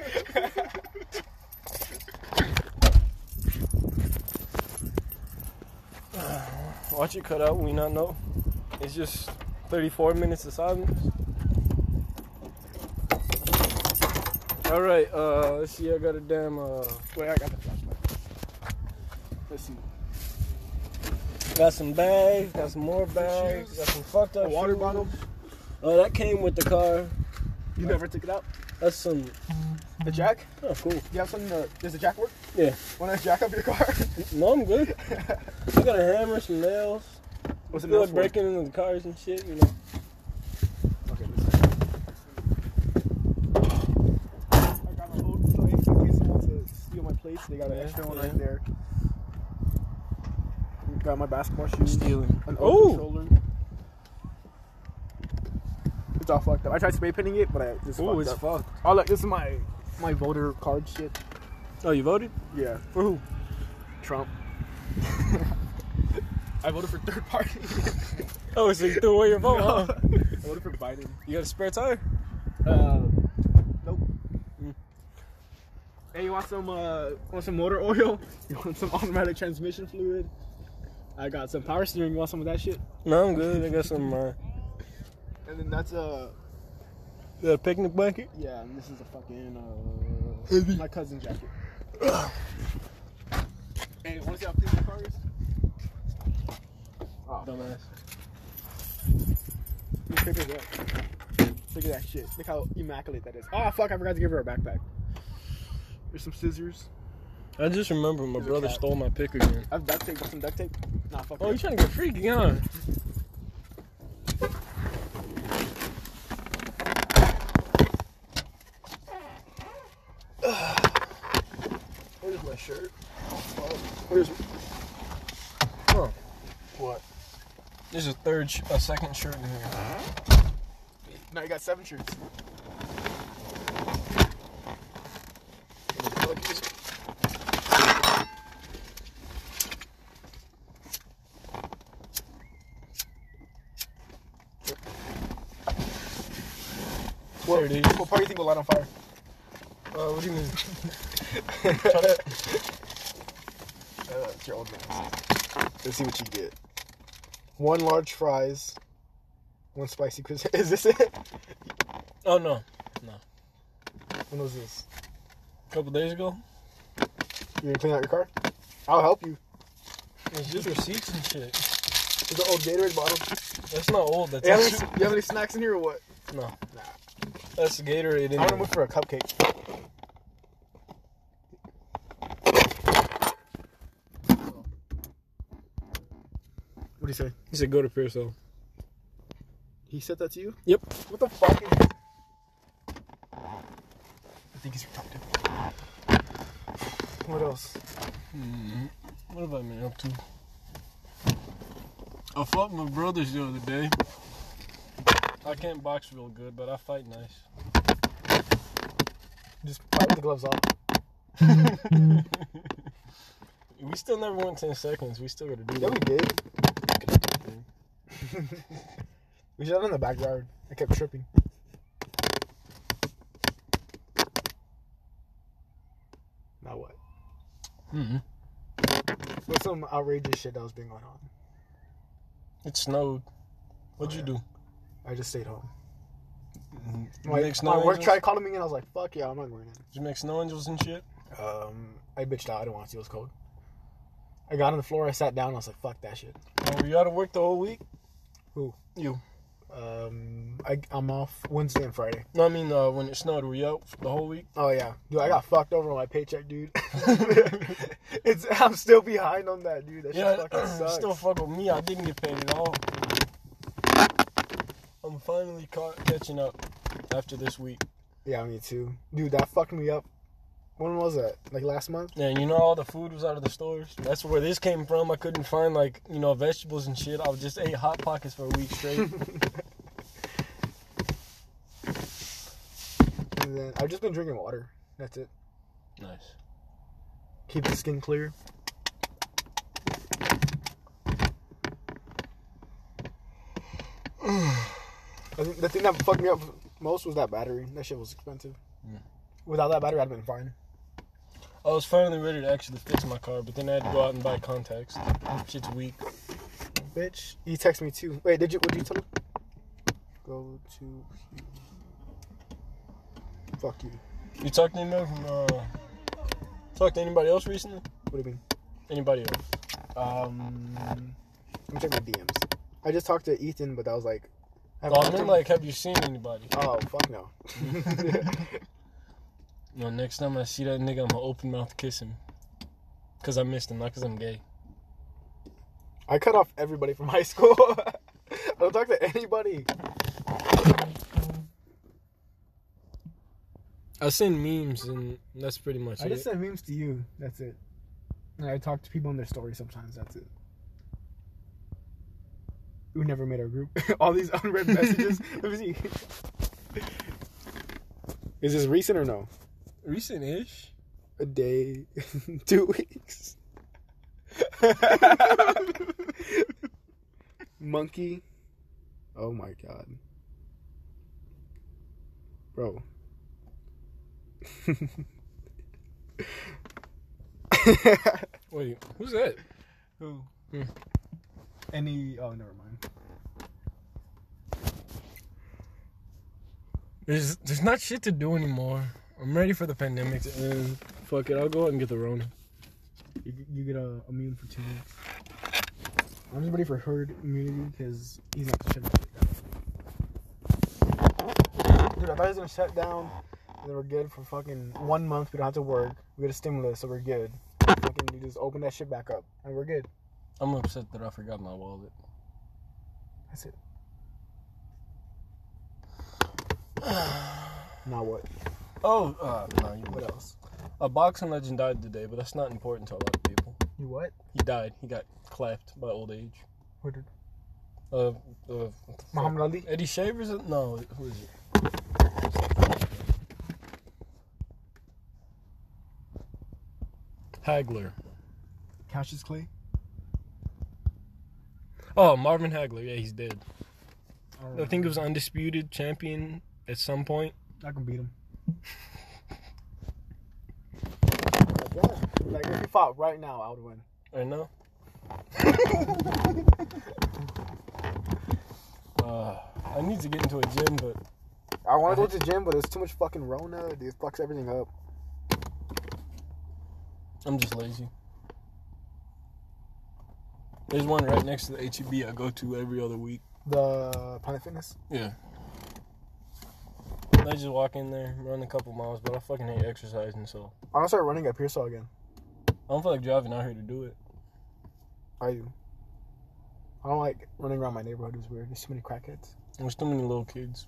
Watch it cut out. We not know. It's just 34 minutes of silence. All right. Uh, let's see. I got a damn. Uh, Wait, I got the flashlight. Let's see. got some bags. Got some more bags. Got some fucked A up water shoes. bottle. Oh, that came with the car. You never took it out. That's some. The jack. Oh, cool. You have something to. Does the jack work? Yeah. Want to jack up your car? No, I'm good. I got a hammer, some nails. What's Feel like breaking into the cars and shit, you know. Okay, listen. I got my old plate in case someone wants to steal my plates. They got an Yeah, extra one yeah. right there. Got my basketball shoes. Stealing. An old Oh! controller. It's all fucked up. I tried spray painting it, but I just Oh, fucked it's up. fucked. oh look, this is my my voter card shit. Oh, you voted? Yeah, For who? Trump. I voted for third party. Oh, so you threw away your vote, No. huh? I voted for Biden. You got a spare tire? Uh, nope. Mm. Hey, you want some uh, want some motor oil? You want some automatic transmission fluid? I got some power steering. You want some of that shit? No, I'm good. I got some, uh, And then that's uh, you got a picnic blanket? yeah. And this is a fucking uh, my cousin's jacket. hey, want to see how clean the car is? Oh, Dumbass. look at that. Look at that shit. Ah, Look how immaculate that is. Oh fuck! I forgot to give her a backpack. There's some scissors. I just remember my He's a brother cat. stole my pick again. I have duct tape. Got some duct tape. Nah, fuck. Oh, you it. trying to get freaky, huh? Where's my shirt? Where's Huh. what? There's a third, sh- a second shirt in here. Now you got seven shirts. There What, it is. what part do you think will light on fire? Uh, what do you mean? Try that. Uh, it's your old man. Let's see what you get. One large fries, one spicy crisp. Is this it? Oh no, When was this? a couple days ago. You gonna clean out your car? I'll help you. It's just receipts and shit. There's an old Gatorade bottle. That's not old. That's You have, actually- any, you have any snacks in here or what? no. Nah. That's Gatorade. In I'm gonna there. move for a cupcake. What do you say? He said, "Go to Pearsall." He said that to you? Yep. What the fuck is I think he's retarded. What else? What have I been up to? I fought my brothers the other day. I can't box real good, but I fight nice. Just pop the gloves off. We still never went 10 seconds. We still gotta do Yeah, we that. did. we shot in the backyard. I kept tripping. Now what? Mm-hmm. What's some outrageous shit that was being going on? It snowed. What'd Oh, you yeah. do? I just stayed home. You My, make my snow work angels? tried calling me and I was like, fuck yeah, I'm not going in. Did you make snow angels and shit? Um, I bitched out. I didn't want to. It was cold. I got on the floor. I sat down. I was like, fuck that shit. Oh, were you out of work the whole week? Who? You. Um, I, I'm off Wednesday and Friday. No, I mean, uh, when it snowed, were you out the whole week? Oh yeah, dude, I got fucked over on my paycheck, dude. it's I'm still behind on that, dude. That shit Yeah, fucking sucks. still fuck with me. I didn't get paid at all. I'm finally caught catching up after this week. yeah, me too, dude. That fucked me up. When was that? Like last month? Yeah, you know all the food was out of the stores. That's where this came from. I couldn't find like you know vegetables and shit. I was just ate hot pockets for a week straight. And then I've just been drinking water. That's it. nice. Keep the skin clear. I think the thing that fucked me up most was that battery. That shit was expensive. Yeah. Without that battery, I'd have been fine. I was finally ready to actually fix my car, but then I had to go out and buy contacts. Shit's weak. Bitch, he texted me too. Wait, did you? What did you tell him? Go to. Fuck you. You talked to anybody from uh, talked to anybody else recently? What do you mean? Anybody else? Um, I'm checking my DMs. I just talked to Ethan, but that was like. I haven't Oh, I talked to meant him. like, have you seen anybody? Oh fuck no. No, next time I see that nigga, I'ma open mouth kiss him. Cause I missed him, not cause I'm gay. I cut off everybody from high school. I don't talk to anybody. I send memes and that's pretty much it. send memes to you. That's it. And I talk to people in their stories sometimes. That's it. We never made our group. All these unread messages. Let me see. Is this recent or no? Recent-ish. A day, two weeks. Monkey. Oh my god. Bro. Wait, who's that? Who? Hmm. Any. Oh, never mind. There's there's not shit to do anymore. I'm ready for the pandemic to end. Fuck it, I'll go out and get the Rona. You, you get uh, immune for two weeks. I'm just ready for herd immunity because he's not gonna shut down. Dude, I thought he was gonna shut down. And then we're good for fucking one month. We don't have to work. We We get a stimulus, so we're good. Fucking, you just open that shit back up, and we're good. I'm upset that I forgot my wallet. That's it. now what? Oh, uh, no, you What what else? A boxing legend died today, but that's not important to a lot of people. You what? He died. He got clapped by old age. What did Uh, uh, what the fuck? Muhammad Ali? Eddie Shavers? No, who is it? Hagler. Cassius Clay? Oh, Marvin Hagler. Yeah, he's dead. I, don't I think it was undisputed champion at some point. I can beat him. Like, yeah. Like if you fought right now, I would win. I know. uh, I need to get into a gym, but I want to go to the gym, but there's too much fucking Rona. Dude, it fucks everything up. I'm just lazy. There's one right next to the HEB I go to every other week. The Planet Fitness. Yeah. I just walk in there, run a couple miles, but I fucking hate exercising, so I'm gonna start running at Pearsall again. I don't feel like driving out here to do it. Are you? I don't like running around my neighborhood. It's weird. There's too many crackheads. There's too many little kids,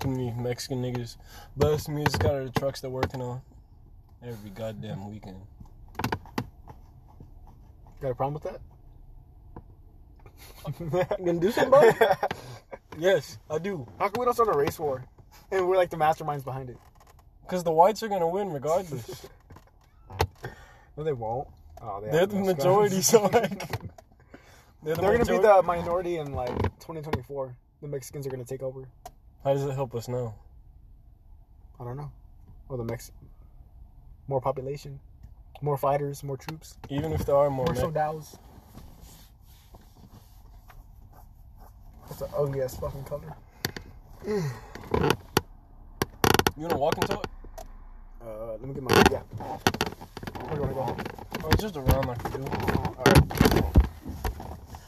too many Mexican niggas busting me. It's got the trucks they're working on every goddamn weekend. Got a problem with that? gonna do something about Yes, I do. How come we don't start a race war? And we're like the masterminds behind it. Because the whites are gonna win regardless. No, they won't. Oh, they They're have the no scrubs. majority, so like. They're They're, gonna be majority. the minority in like 2024. The Mexicans are gonna take over. How does it help us now? I don't know. Or the Mex, more population, more fighters, more troops, Even if there are more. more Me- soldados. That's an ugly ass fucking color. you wanna walk into it? Uh, let me get my yeah. Where do I go? Or Oh, just around like you?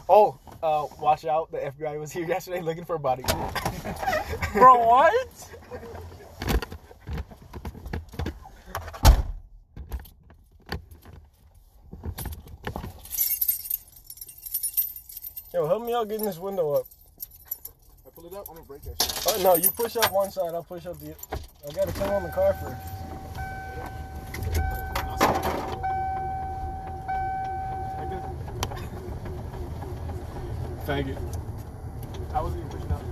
Oh, uh, watch out! The FBI was here yesterday looking for a body. Bro, what? Yo, help me out getting this window up. I pull it up. I'm gonna break that shit. Oh, no, you push up one side, I'll push up the. I gotta turn on the car first. Faggot. I wasn't even pushing up.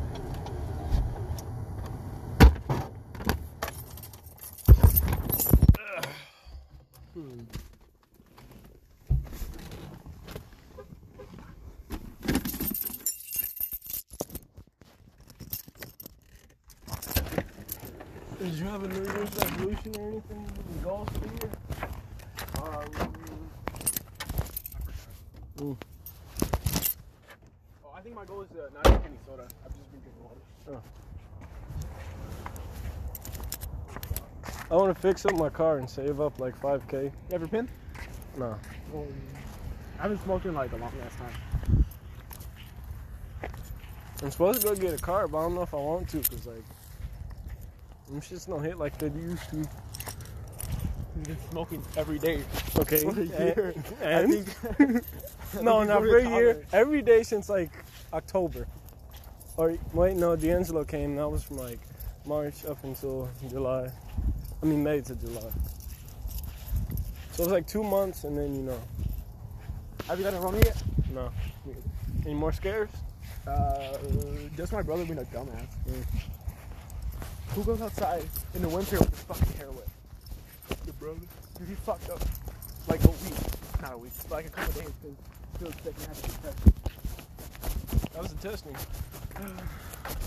Did you have a New Year's resolution or anything with the golf here? Ooh. Oh, I think my goal is uh, not drink any soda. I've just been drinking water. I want to fix up my car and save up like 5k. You have your pin? No. I haven't smoked in like a long last time. I'm supposed to go get a car, but I don't know if I want to because, like, them shits don't hit like they used to. You've been smoking every day. Okay. For a year. And, I no, think not you for were a year. college. Every day since like October. Or wait, no, D'Angelo came. That was from like March up until July. I mean May to July. So it was like two months, and then you know, Have you gotten wrong yet? no. Any more scares? Uh, just my brother being a dumbass. Who goes outside in the winter with his fucking hair wet? Your brother? Dude, he fucked up. Like a week. Not a week, but like a couple days because he was sick and had to get tested. That was a testing.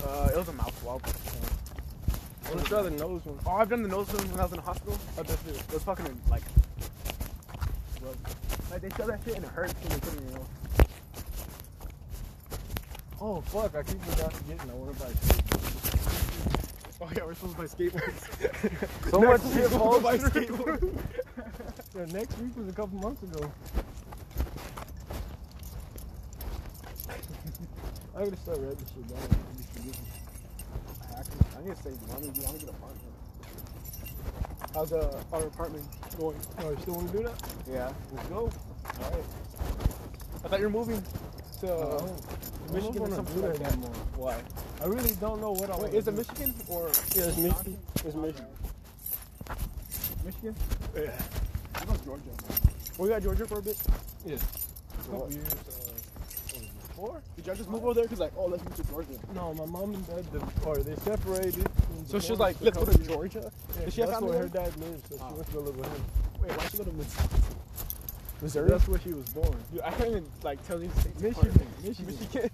Uh, it was a mouth swab. I want to try the nose one. Oh, I've done the nose one when I was in the hospital. I just did it. It was fucking like. gross. Like they shove that shit and it hurts when they put it in your nose. Oh fuck! I keep forgetting getting. I want to buy. Oh yeah, we're supposed to buy skateboards. So much Next week shit we'll falls buy through. skateboards. Yeah, next week was a couple months ago. I gotta start writing shit down. I'm just forgetting. I need to save money. Dude. I want to get a partner. How's uh, our apartment going? Oh, you still want to do that? Yeah. Let's go. I thought you were moving to Uh, Michigan or Michigan something like that. anymore. Why? I really don't know what I Wait, want. is it Michigan or Yeah, it's Michigan. It's Michigan. Michigan? Yeah. I thought Georgia. Were you at Georgia for a bit? Yeah. Couple uh, years. Or did y'all just move over there? Cause like, oh, let's move to Georgia. No, my mom and dad, div- or they separated. So she was like, let's go to Georgia. Yeah, Does she have that's family where her there? dad lives, so Ah. she went to go live with him. Wait, why she go to Mis- Missouri? That's where she was born. Dude, I can't even like tell these things. apart. Michigan, Michigan. Michigan.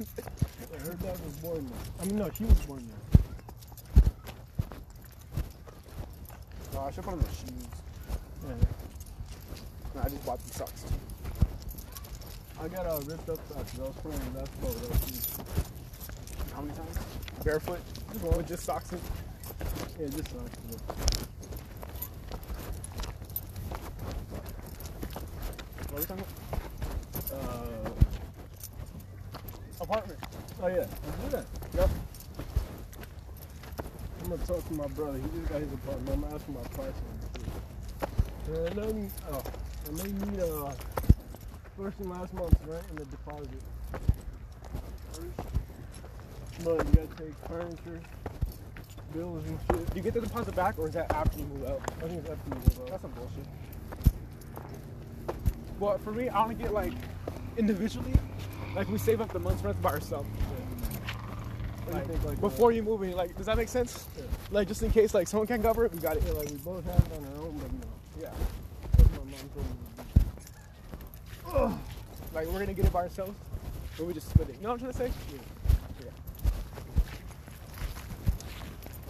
Her dad was born there. I mean, no, she was born there. No, I should put on the shoes. No, I just bought these socks. I got uh, ripped up socks. I was playing basketball without shoes. How many times? Barefoot. With just socks in. Yeah, just socks. What are we talking about? Uh, Apartment. oh yeah, I do that. Yep. I'm gonna talk to my brother. He just got his apartment. I'm gonna ask him about price on it. And they need, oh, and they need uh, first and last month's rent and a deposit. But you gotta take furniture, bills and shit. Do you get the deposit back, or is that after you move out? I think that's reasonable. That's some bullshit. Well, for me, I want to get like individually, like we save up the month's rent by ourselves. What do you Like, think, like, uh, before you move in, like, does that make sense? Yeah. Like, just in case, like, someone can't cover it, we got it. uh, yeah, like we both have it on our own, but no. Yeah. That's what my mom told me. Like, we're gonna get it by ourselves, but we just split it. You know what I'm trying to say? Yeah.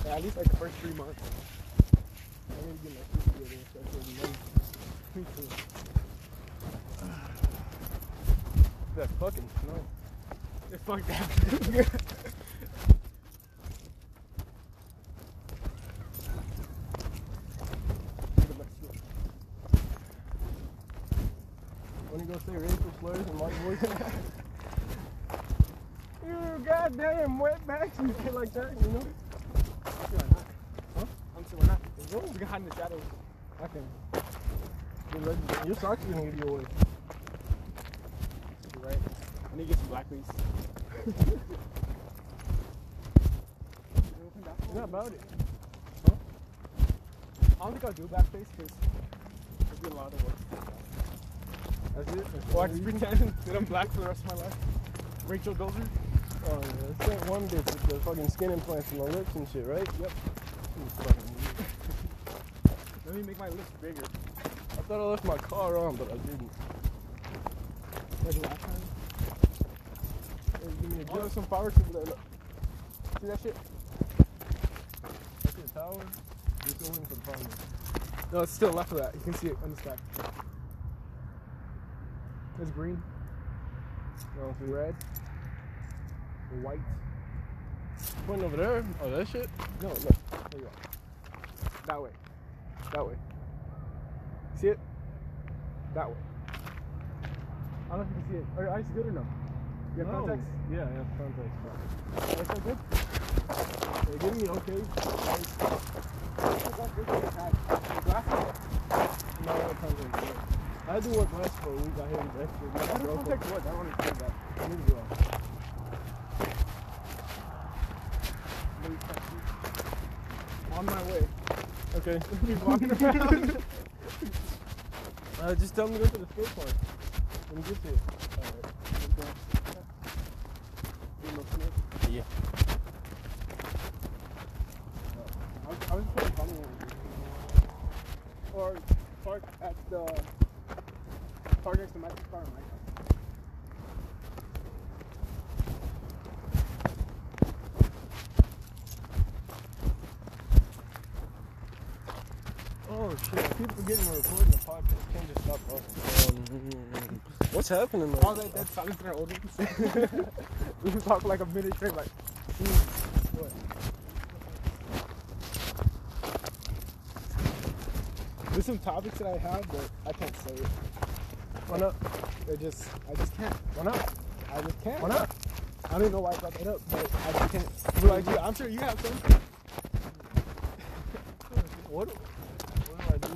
Yeah, at least like the first three months. I need to get my shit together and start saving money. Me too. That fucking snow. Yeah, Fuck that. Wanna go say racial slurs in my voice? you goddamn wetbacks and shit like that, you know? I'm still not. We can hide in the shadows. I can. Your legs- Your socks are gonna give you away. You're right. I need to get some blackberries. You're not about it. I don't think I'll do blackface because it'd be a lot of work. That's it. That's Or I all just you- pretend that I'm black for the rest of my life. Rachel Dozer? Oh, yeah. It's that one bitch with the fucking skin implants and the lips and shit, right? Yep. She was fucking weird. Let me make my lips bigger. I thought I left my car on, but I didn't. Like last time. Hey, give me a Oh, jump. there's some flowers over there. Look. See that shit? That's your tower. You're still in for the final. No, it's still left of that. You can see it on the sky. It's green, No, it's red, white. Point over there. Oh, that shit. No, look. There you are. That way. That way. See it? That way. I don't know if you can see it. Are your eyes good or no? You have contacts? Yeah, I have contacts. That's not good? They give me okay. No, I have contacts. yeah. I do work less for a week. I have these extra. weeks. I broke up. I don't understand that. I need to go out. On my way. Okay. Be walking around. Uh, just tell me to go to the skate park. When you get to it. Yeah. I was- I was playing volleyball. Or park at the park next to my car, my house. Oh shit! I keep forgetting we're recording a podcast. Can't just stop talking. Um, what's happening? All that dead silence in our old ones. we can talk for like a minute straight, like. What? There's some topics that I have, but I can't say it. Why not? I just, I just can't. Why not? I just can't. Why not? I don't even know why I brought that up, but I just can't. But like, you- I'm sure you have some. What? What? Ooh,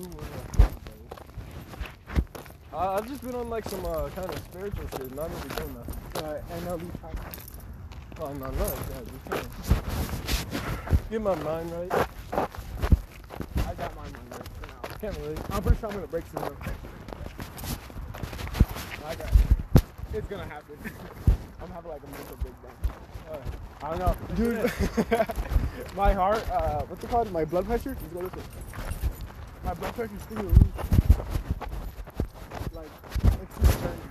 where am I? I- I've just been on like some uh, kind of spiritual shit, not really doing nothing. Uh, NLE time. Oh, no, no, God, you can't. Get my mind right. I got mine on right for now. Can't relate. I'm pretty sure I'm gonna break some more. I got It's gonna happen. I'm gonna have like a mental big bang. I don't know, Dude, my heart, uh, what's it called? My blood pressure? Just go listen. My blood pressure is through the roof. Like, it's just burning.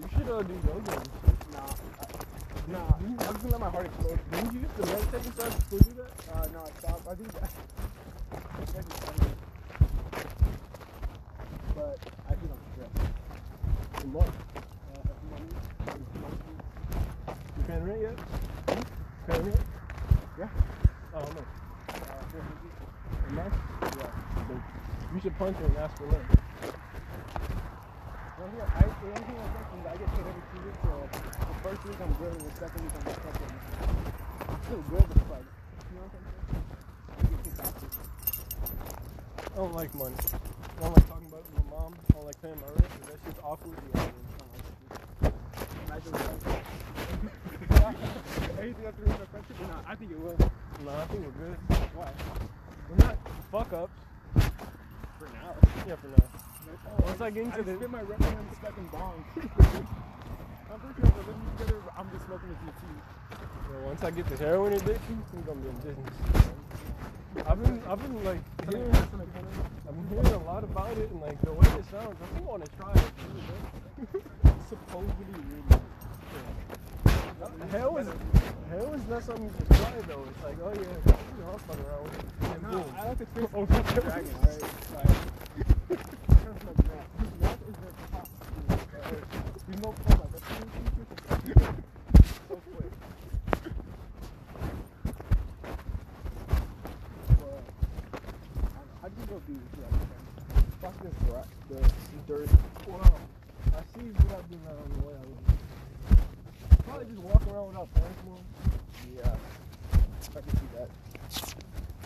You should uh, do yoga. Nah. uh, Nah. I'm just gonna let my heart explode. Didn't you used to meditate and stuff? Will do that? Uh, no, I stopped. I think that. I think I just done it. But I think I'm stressed. Some more. Uh, money, money. You paying rent yet? Paying rent? Yeah. Hmm? Oh, no. Uh, A month? Yeah. You should punch her and ask for rent. The only thing I, the only thing I think is I get paid every two weeks. So the first week I'm good, and the second week I'm fucking. I'm still good, but it's like, you know what I'm saying? You get kicked out. I don't like money. I don't like talking about it with my mom. I don't like paying my rent. 'cause That shit's awful. Yeah, Imagine that. Anything after the friendship? Nah, I think it will. Nah, I think we're good. Why? We're not fuck ups. For now. Yeah, for now. Oh, Once I get into I the spit my rep on this fucking bong. I'm pretty sure we're living together. but I'm just smoking a GT. Yo, once I get this heroin addiction, we're gonna be in business. I've been, I've been like, hearing, I've been hearing a lot about it, and like the way it sounds, I think I want to try it. Supposedly really. Heroin's, heroin's not something you can try though. It's like, oh yeah, you know, I'll fuck around with it. And Nah, boom. I like the taste Oh, of okay. dragon, alright? Like, I don't smoke meth. Meth is the top thing. You know, fuck, like, that's the new future for me. So quick. But, I- I just go do this, like, fuck this rock, the dirt. Wow. I see what I've been around the way I live. Probably just walk around without pants on. Yeah, I can see that.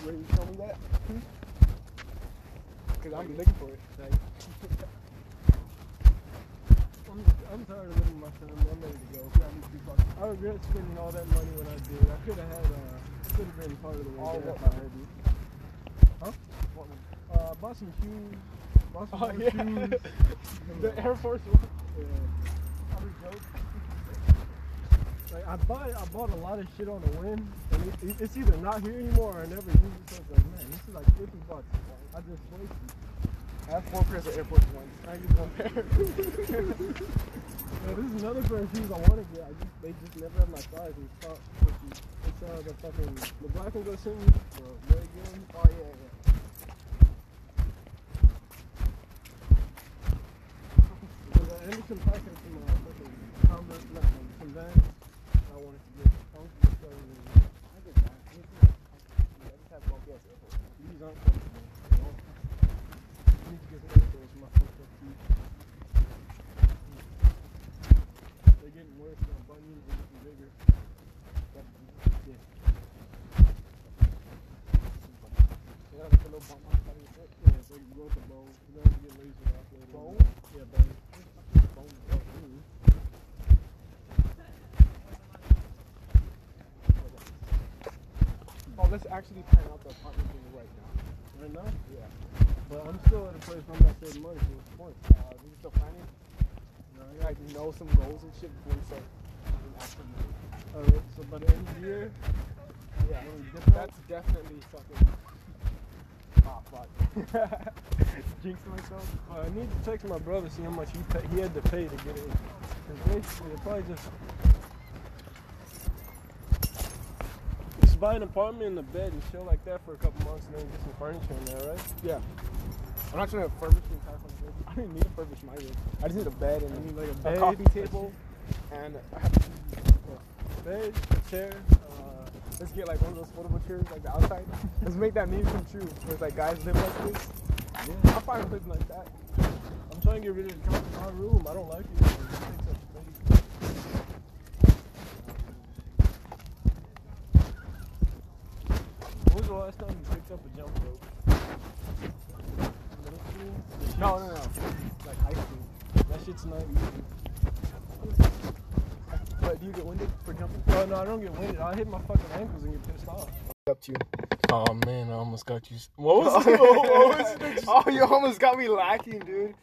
You ready to show me that? Because I'm looking for it. Like, I'm, I'm tired of living my time. I'm ready to go. I need to be fucking- I regret spending all that money when I did. I could have had, uh, could have been part of the way. All there what if I money? had been. Huh? What money? Uh, bought some shoes. Bought some Oh, more yeah. shoes. The Air Force One. Yeah. I'm a joke. Like I bought, I bought a lot of shit on a whim, and it, it, it's either not here anymore or I never use it. So it's like, man, this is like 50 bucks. I just wasted. I have four pairs of Air Force Ones. I just don't care. Yo, this is another pair of shoes I want to get. I just, they just never have my size. And it's, not- it's uh, the fucking the black one goes in. The red one. Oh, yeah, yeah. There's an Anderson Paak and some uh, fucking Converse, not Converse, some Vans. I wanted to get funky. So I get that. Me too. I just have bulky ass Air Force Ones. these aren't comfortable. at all. I need to get some Air Force in my fucked up feet. They're getting worse. My bunions are getting bigger. Yeah. You gotta put a little bump on the side of your foot. Yeah, so you grow the bone. You don't have to get laser off later. Bone? Yeah, bone. Bone broke. Ooh. Oh, let's actually plan out the apartment thing right now. Right now? Yeah. But I'm still at a place where I'm not saving money, so what's the point? Uh, we still planning. You know, I got- Like, know some goals and shit before we start. Actually, Alright, so by the end of the year, yeah. when we dip out, That's definitely fucking. Ah, fuck. Jinx myself. uh, I need to text my brother see how much he pa he had to pay to get in. Because basically, it probably just. Just buy an apartment and a bed and shit like that for a couple months and then get some furniture in there, right? Yeah. I'm not trying to furbish the entire fucking room. I didn't need to furbish my room. I just need a bed and I need, like, a a, bed, coffee a table. And Bed, a chair, uh, let's get like one of those foldable chairs, like the outside. let's make that meme come true. Where it's like guys live like this. yeah. I'll find a place like that. I'm trying to get rid of the couch in my room. I don't like it. It takes up space. When was the last time you picked up a jump rope? Middle school? No, no, no. Like high school. That shit's not easy. But do you get winded for jumping? Oh no, I don't get winded. I hit my fucking ankles and get pissed off. Up to you. Oh man, I almost got you. s- What was it? What was it that you, oh, you almost got me lacking, dude.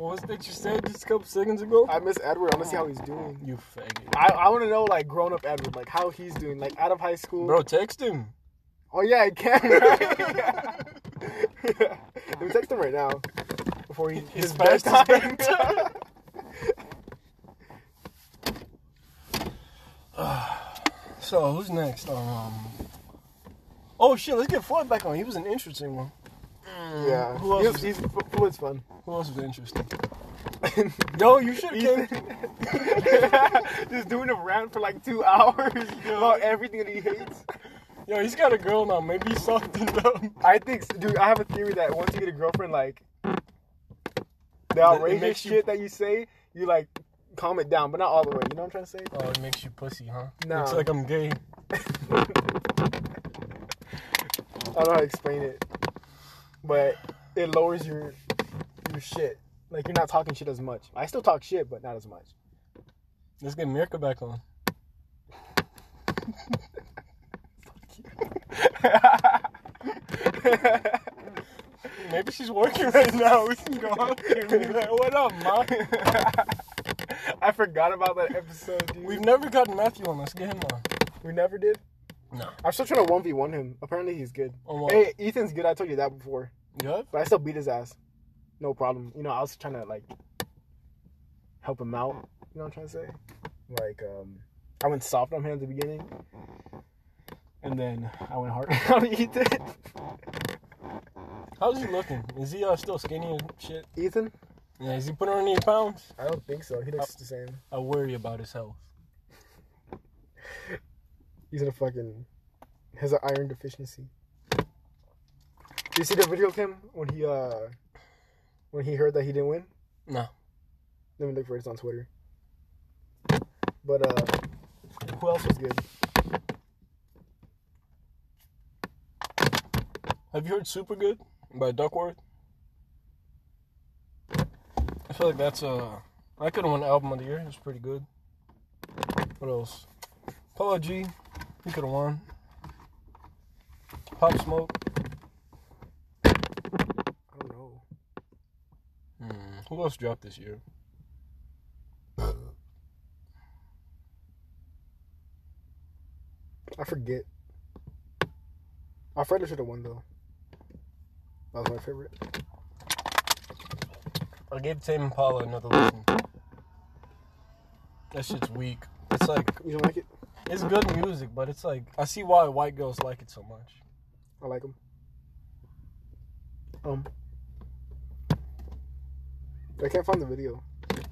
what was it that you said just a couple seconds ago? I miss Edward. I want to see Oh. how he's doing. you faggot. I, I want to know, like, grown up Edward, like, how he's doing, like, out of high school. Bro, text him. Oh, yeah, I can, right? Let me text him right now. Before he, His his best fastest time. bedtime. So who's next? Um. Oh shit, let's get Floyd back on. He was an interesting one. yeah. Mm-hmm. Who else He's, he's, Floyd's fun. Who else was interesting? Yo, you should have came. Just doing a rant for like two hours about everything that he hates. Yo, he's got a girl now. Maybe he's something dumb. I think, dude, I have a theory that once you get a girlfriend, like the outrageous makes you- shit that you say, you like calm it down, but not all the way. You know what I'm trying to say? Oh, it makes you pussy, huh? No. It's like I'm gay. I don't know how to explain it, but it lowers your your shit. Like you're not talking shit as much. I still talk shit, but not as much. Let's get Mirka back on. Maybe she's working right now. We can go out there and be like, what up, ma? I forgot about that episode, dude. We've We, never gotten Matthew on. Let's get him on. we never did. No. I'm still trying to one v one him. Apparently he's good. On what? Hey, Ethan's good. I told you that before, Oh, You have? but I still beat his ass. No problem. You know, I was trying to like help him out. You know what I'm trying to say? Like, um, I went soft on him at the beginning, and then I went hard on Ethan. How's he looking? Is he uh, still skinny and shit? Ethan? Yeah, is he putting on any pounds? I don't think so. He looks the same. I worry about his health. He's in a fucking has an iron deficiency. Did you see the video of him when he uh when he heard that he didn't win? No. Let me look for it. It's on Twitter. But uh, who else was good? Have you heard Super Good by Duckworth? I feel like that's uh I could have won album of the year. It's pretty good. What else? Paul G, he could have won. Pop Smoke. I don't know. Hmm, Who else dropped this year? I forget. Alfredo should have won though. That was my favorite. I gave Tame Impala another listen. That shit's weak. It's like You don't like it? it's good music, but it's like I see why white girls like it so much. I like him. Um, I can't find the video.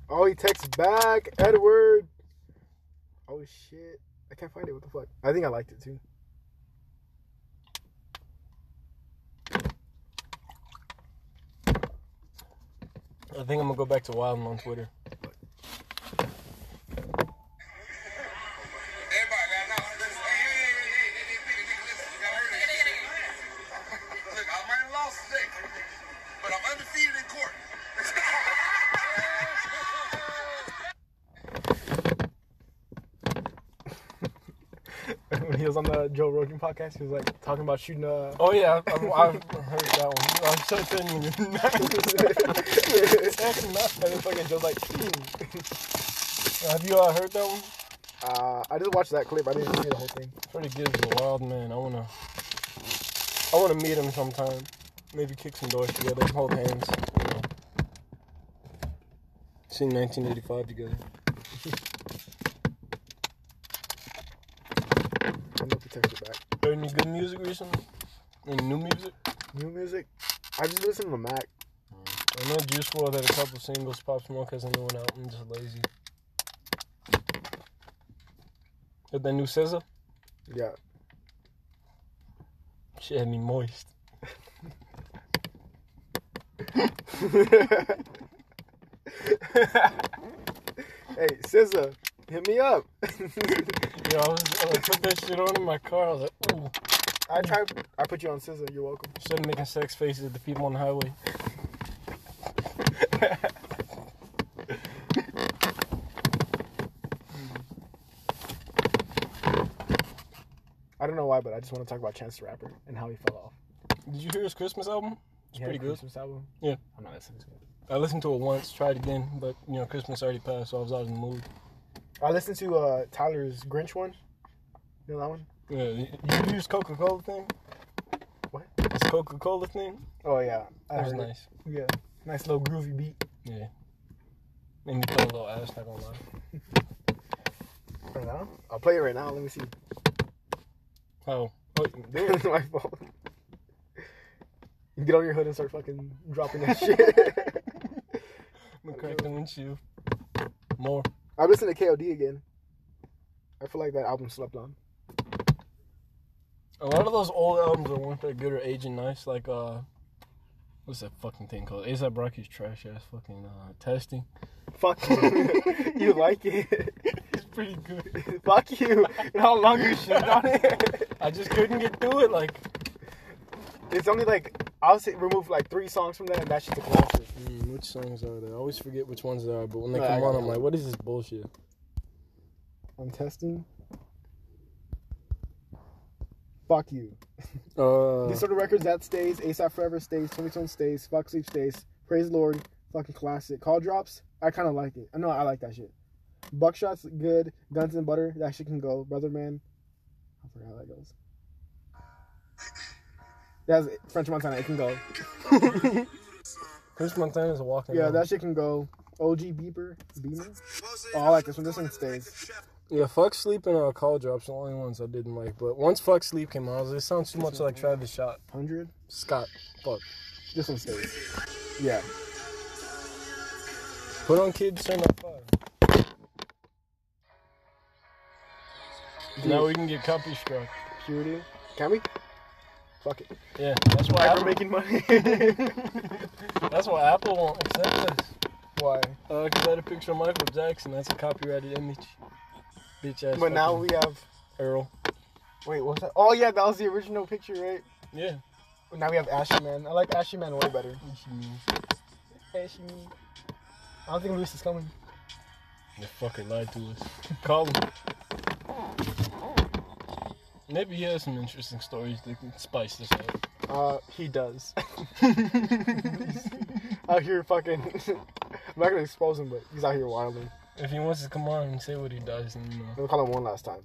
Oh, he texts back, Edward. Oh shit, I can't find it. What the fuck? I think I liked it too. I think I'm gonna go back to Wild on Twitter. Everybody got now. Listen, hey, hey, hey, hey, hey, hey, hey, nigga, listen, you gotta hear this shit. Look, I might have lost today, but I'm undefeated in court. when he was on the Joe Rogan podcast, he was like talking about shooting uh, a. Oh yeah, I've, I've, I've heard that one. I'm so thin. That's not. And then fucking Joe's like, hmm. Have you uh, heard that one? uh, I just watched that clip. I didn't see the whole thing. Freddie Gibbs is a wild man. I wanna, I wanna meet him sometime. Maybe kick some doors together, hold hands. You know. Sing 1985 together. I'm gonna text it back. Heard any good music recently? Any new music? New music. I just listened to Mac. I know Juice WRLD had a couple singles. Pop Smoke has a new one out. I'm just lazy. Heard that new SZA? Yeah. Shit had me moist. hey, SZA, hit me up. Yo, I was I put that shit on in my car. I was like, ooh, I try. I put you on scissor. You're welcome. Instead of making sex faces at the people on the highway. I don't know why, but I just want to talk about Chance the Rapper and how he fell off. Did you hear his Christmas album? It's He had pretty a good. Christmas album. Yeah. I'm not listening to it. I listened to it once, tried again, but you know Christmas already passed, so I was out of the mood. I listened to uh, Tyler's Grinch one. You know that one? Yeah, you you use Coca Cola thing. What? This Coca Cola thing. Oh yeah, I That was heard it. nice. Yeah, nice little groovy beat. Yeah. And you felt a little ass, not gonna lie. Right now, I'll play it right now. Let me see. Oh, Do it. My fault. You get on your hood and start fucking dropping that shit. I'm gonna crack the windshield. More. I listened to KOD again. I feel like that album slept on. A lot of those old albums that weren't that good or aging nice, like uh, what's that fucking thing called? ASAP Rocky's trash ass fucking uh, testing. Fuck you. you like it. It's pretty good. Fuck you. And how long you shit on it. I just couldn't get through it. Like It's only like I'll say remove like three songs from that and that shit's a classic. Mm, which songs are there? I always forget which ones there are, but when they Nah, I come got on, it. I'm like, what is this bullshit? I'm testing. Fuck you. Uh, These sort of records that stays, ASAP Forever stays, 2020 stays, Fuck Sleep stays, Praise the Lord, fucking classic. Call drops, I kind of like it. I know I like that shit. Buckshot's good. Guns and Butter, that shit can go. Brother Man, I forgot how that goes. That's it. French Montana, it can go. Chris Montana's a walking. Yeah, album. that shit can go. OG Beeper, Beamer. Oh, I like this one. This one stays. yeah. Fuck sleep and uh, call drops are the only ones I didn't like. But once fuck sleep came out, I was like, it sounds too much like Travis Scott. 100. Scott, fuck. This one stays. Yeah. Put on kids, turn up fire. Now we can get copy struck. Purity. Can we? Fuck it. Yeah, that's why We're Apple, making money. that's why Apple won't accept this. Why? Uh, cause I had a picture of Michael Jackson. That's a copyrighted image. Bitch ass. But now fucking we have Earl. Wait, what's that? Oh yeah, that was the original picture, right? Yeah. Now we have Ashy Man. I like Ashy Man way better. What you mean? Ashy Man. I don't think Luis is coming. The fucker lied to us. Call him. Maybe he has some interesting stories that can spice this up. Uh, he does. out here fucking. I'm not gonna expose him, but he's out here wilding. If he wants to come on and say what he does, then uh, you know. Let me call him one last time.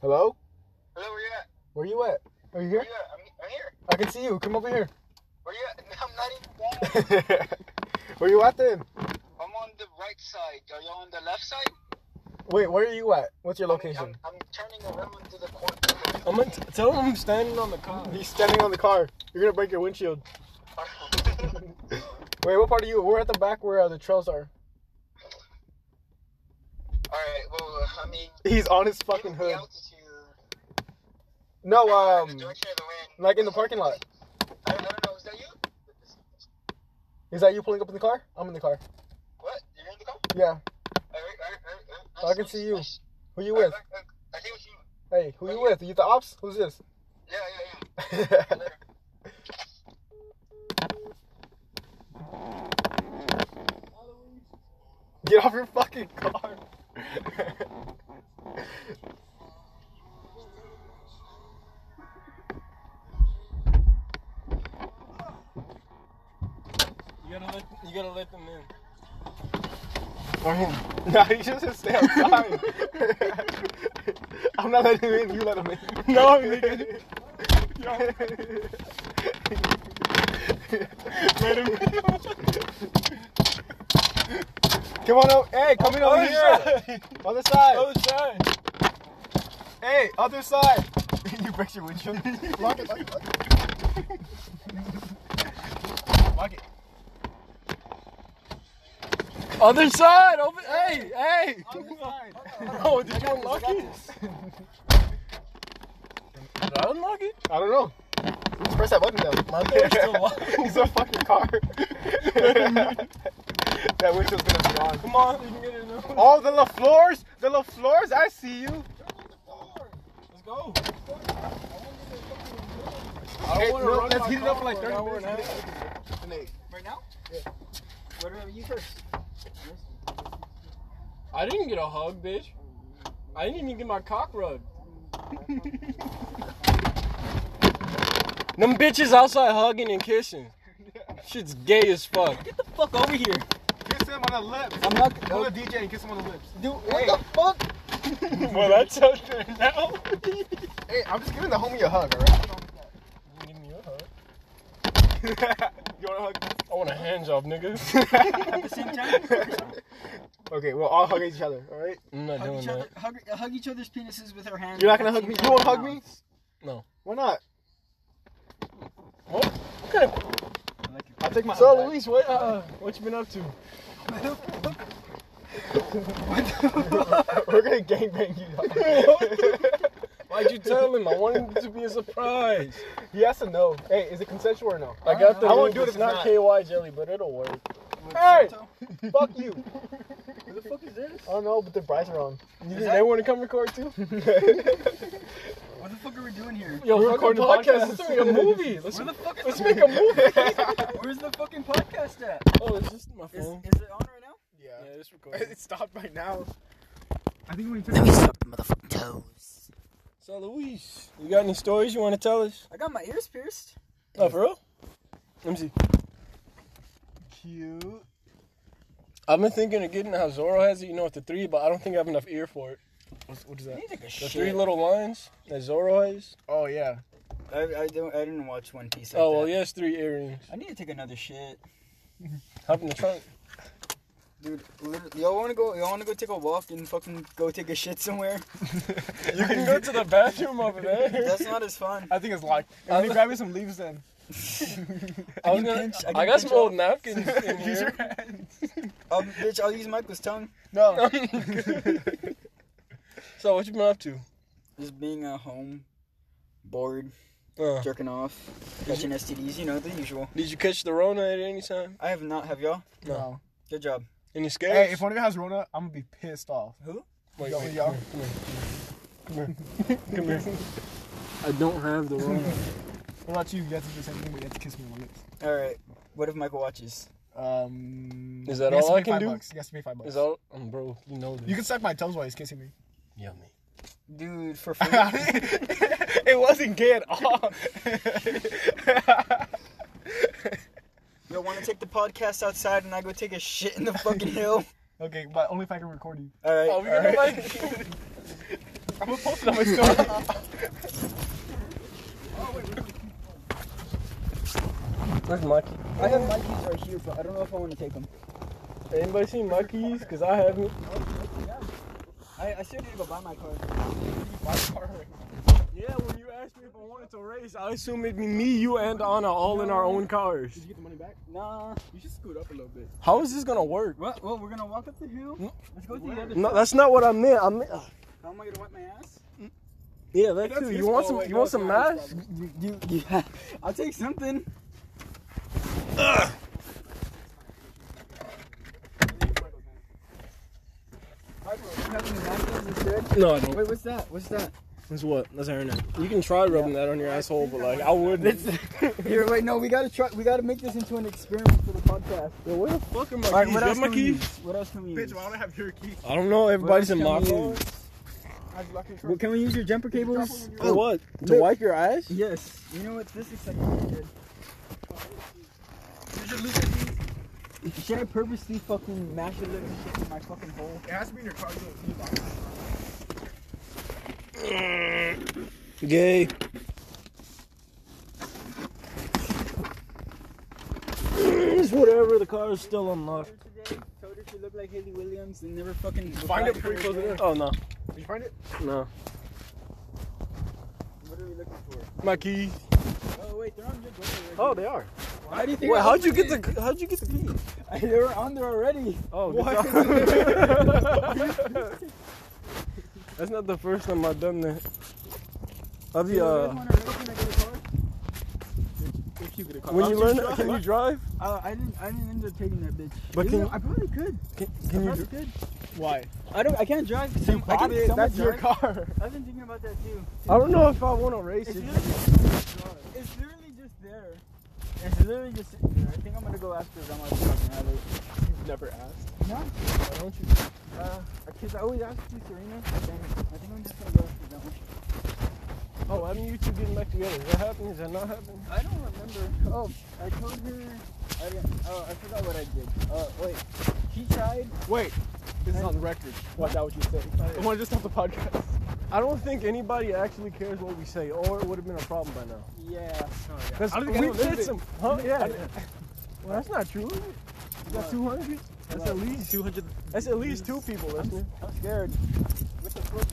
Hello? Hello, where you at? Where you at? Are you Where here? you at? I'm, I'm here. I can see you. Come over here. Where you at? I'm not even walking. where you at then? I'm on the right side. Are you on the left side? Wait, where are you at? What's your I'm- location? I'm, I'm turning around to the corner. I'm gonna t- tell him I'm standing on the car. He's standing on the car. You're gonna break your windshield. Wait, what part are you? We're at the back where uh, the trails are. Alright, well, I mean, He's on his given fucking the hood. altitude, No, the um, direction of the wind, like in the parking lot. I, I don't know, is that you? Is that you pulling up in the car? I'm in the car. What? You're in the car? Yeah. Alright, alright, alright, alright. I can Nice, see nice, you. nice. Who you with? I, I, I see what you mean. Hey, who you with? Are you the ops? Who's this? Yeah, yeah, yeah. Get off your fucking car. You gotta let you gotta let them in. Or him. Nah, you should just stay outside. I'm not letting him in. You let him in. No, I'm leaving. Let him in. Come on over. Hey, come in over Other here. side. Other side. Other side. Hey, other side. you break your windshield. lock it, lock it, lock it. Lock it. Other side. Open. Hey, hey. Other side. Oh, did you unlock it? Did I unlock it? I don't know. Just press that button down. My door's still locked. He's a fucking car. that window's gonna be on. Come on, we can get it now. Oh, the LaFleurs? The LaFleurs? I see you. Let's go. Hey, wanna no, run let's my heat it up car for like for an 30 hour minutes. and a Right now? Yeah. Whatever you first. I didn't get a hug, bitch. I didn't even get my cock rubbed. Them bitches outside hugging and kissing. Shit's gay as fuck. Get the fuck over here. Kiss him on the lips. I'm not. Pull the DJ and kiss him on the lips. Dude, what the fuck? well, that's out there now. Hey, I'm just giving the homie a hug, alright? Give me a hug. you want to I want a hand job, nigga. hug? okay, we'll all hug each other, alright? I'm not Hug doing each, that. other, hug, hug each other's penises with our hands. You're not going to hug me? You won't hug me? No. Why not? What? What kind of- I'll take my So, Luis, what uh, what you been up to? We're going to gangbang you. dog. Why'd you tell him? I wanted it to be a surprise. he has to know. Hey, is it consensual or no? I got the. I won't rule, do it if It's it's not not. KY jelly, but it'll work. Hey! Fuck you. Who the fuck is this? I don't know, but the price wrong. You think they want to come record too? What the fuck are we doing here? Yo, We're we're recording a recording a podcast. Let's make a movie. Let's, Where the fuck is let's make a movie. Where's the fucking podcast at? oh, it's just my Is, phone. is it on right now? yeah, it's recording. It stopped right now. I think when you took Let me suck the motherfucking toes. So, Luis, you got any stories you want to tell us? I got my ears pierced. Oh, for real? Let me see. Cute. I've been thinking of getting how Zoro has it, you know, with the three, but I don't think I have enough ear for it. What's, what is that? You take a The shit. three little lines that Zoro has. Oh, yeah. I, I, don't, I didn't watch One Piece. Like Oh, well, that. he has three earrings. I need to take another shit. Hop in the trunk. Dude, literally, y'all wanna go? Y'all wanna go take a walk and fucking go take a shit somewhere? You can go to the bathroom over there. That's not as fun. I think it's locked. Let me grab me some leaves then. I, was can gonna, pinch- I can I got pinch some all- old napkins in Use your here. I'll, Um, bitch, I'll use Michael's tongue. No. So, what you been up to? Just being at home, bored, Uh, jerking off, catching STDs. You know the usual. did you catch the Rona at any time? I have not. Have y'all? no. Good job. Any scares? Hey, if one of you has Rona, I'm gonna be pissed off. Wait, Yo, wait, yo. Come here. Come here. Come here. I don't have the wrong. What about you? You have to do the same thing, but you have to kiss me on the lips. All right. What if Michael watches? Um. Is that he has all to I pay can five do? Bucks. He has to pay five bucks. Is all, um, bro, you know this. You can suck my toes while he's kissing me. Yummy. Dude, for free. it wasn't gay at all. Yo, wanna take the podcast outside and I go take a shit in the fucking hill? okay, but only if I can record you. All right. Are we gonna like? I'm gonna post it on my story. Where's Mikey? I have my keys right here, but I don't know if I want to take them. Anybody seen my keys? Cause I haven't. I, I still need to go buy my car. Yeah, when you asked me if I wanted to race, I assumed it'd be me, you, and Anna all in our own cars. you get the money back? Nah. You should scoot up a little bit. How is this gonna work? What? Well, we're gonna walk up the hill. Let's go to the other. No, that's not what I meant. I meant. uh, How am I gonna wipe my ass? Yeah, that too. his You fault. want some? Wait, You no, want it's some not his mask? You, you, yeah. I'll take something. No, I don't. Wait, what's that? What's that? That's what? That's hairnet. You can try rubbing that on your asshole, but like I wouldn't. Here, wait, no, we gotta try. We gotta make this into an experiment for the podcast. Yo, where the fuck are my All right, keys? what You else have my can we keys? use? What else can we use? Bitch, why don't I have your key? I don't know. Everybody's in my else can we phone. use? I have locked in Well, can we use your jumper cables? For what? To Look. wipe your ass? Yes. You know what? This looks like really good. Should I purposely fucking mash a little shit in my fucking bowl? It has to be in your car. Gay. It's whatever. The car is still unlocked. Today, told her she looked like Haley Williams and never fucking. Find it before you close it in. Oh no, Did you find it? no. What are we looking for? My keys. Oh wait, they're on your door. already. Oh, they are. Why do you think? Wait, I how'd you opened get the? How'd you get the keys? it? they were on there already. Oh, good What? job. That's not the first time I've done that. I'll be uh. If you get a car. When you learn, can you drive? Uh, I didn't. I didn't end up taking that bitch. But You can- know, I probably could. Can, can I you? probably could. Why? I don't. I can't drive. Some, I Bought can, it. some That's your drive. car. I've been thinking about that too. Oh. I don't know if I want to race It's it. literally, it's literally just there. It's literally just sitting there. I think I'm gonna go ask her if I'm gonna have it. You've never asked. No, Why don't you? uh, because I always ask you, Serena. I think, I think I'm just gonna go ask her that one. Oh, why didn't you two get back together? Is that happening? Is that not happening? I don't remember. Oh, I told her. I didn't. Oh, I forgot what I did. Uh, wait. She tried. Wait, this is on record. What that what you said? I want to just stop the podcast. I don't think anybody actually cares what we say, or it would have been a problem by now. Yeah. Oh, yeah. Because I don't think we anyone lived said it. some. Huh? Yeah. well, that's not true. is it? You got What? 200? That's at least 200. that's at least two people listening. I'm scared. What the fuck?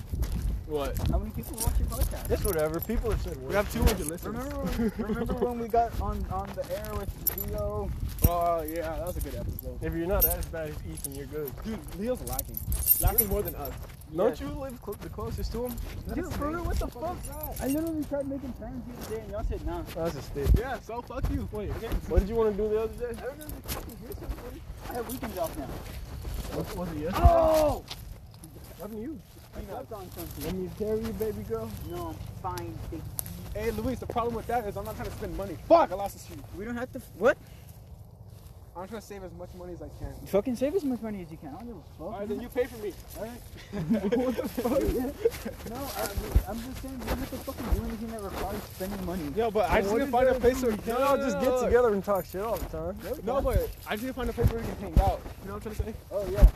What? How many people watch your podcast? It's whatever. People have said We words. have 200 listeners. Remember, when, remember when we got on, on the air with Leo? Oh yeah, that was a good episode. If you're not as bad as Ethan, you're good. Dude, Leo's lacking. Lacking more than us. Don't you live cl- the closest to him? Dude, bro, what the fuck? I literally tried making plans the other day and y'all said nah. Oh, that's a stick. Yeah, so fuck you. Wait, What did you want to do the other day? I have weekends off now. What was it yesterday? Oh! What you? I slept on something. Let me carry you, baby girl. No, fine. Big. hey Luis, the problem with that is I'm not trying to spend money. Fuck, I lost the shoe. We don't have to. What? I'm trying to save as much money as I can. Fucking save as much money as you can. I don't give a fuck. All right, man. then you pay for me. what the fuck? no, I, I'm just saying, you don't have to fucking do anything that requires spending money. Yo, but I just What need to is find a there place do? where we Y'all just get together and talk shit all the time. No, but I just need to find a place where we can hang out. You know what I'm trying to say? Oh, yeah.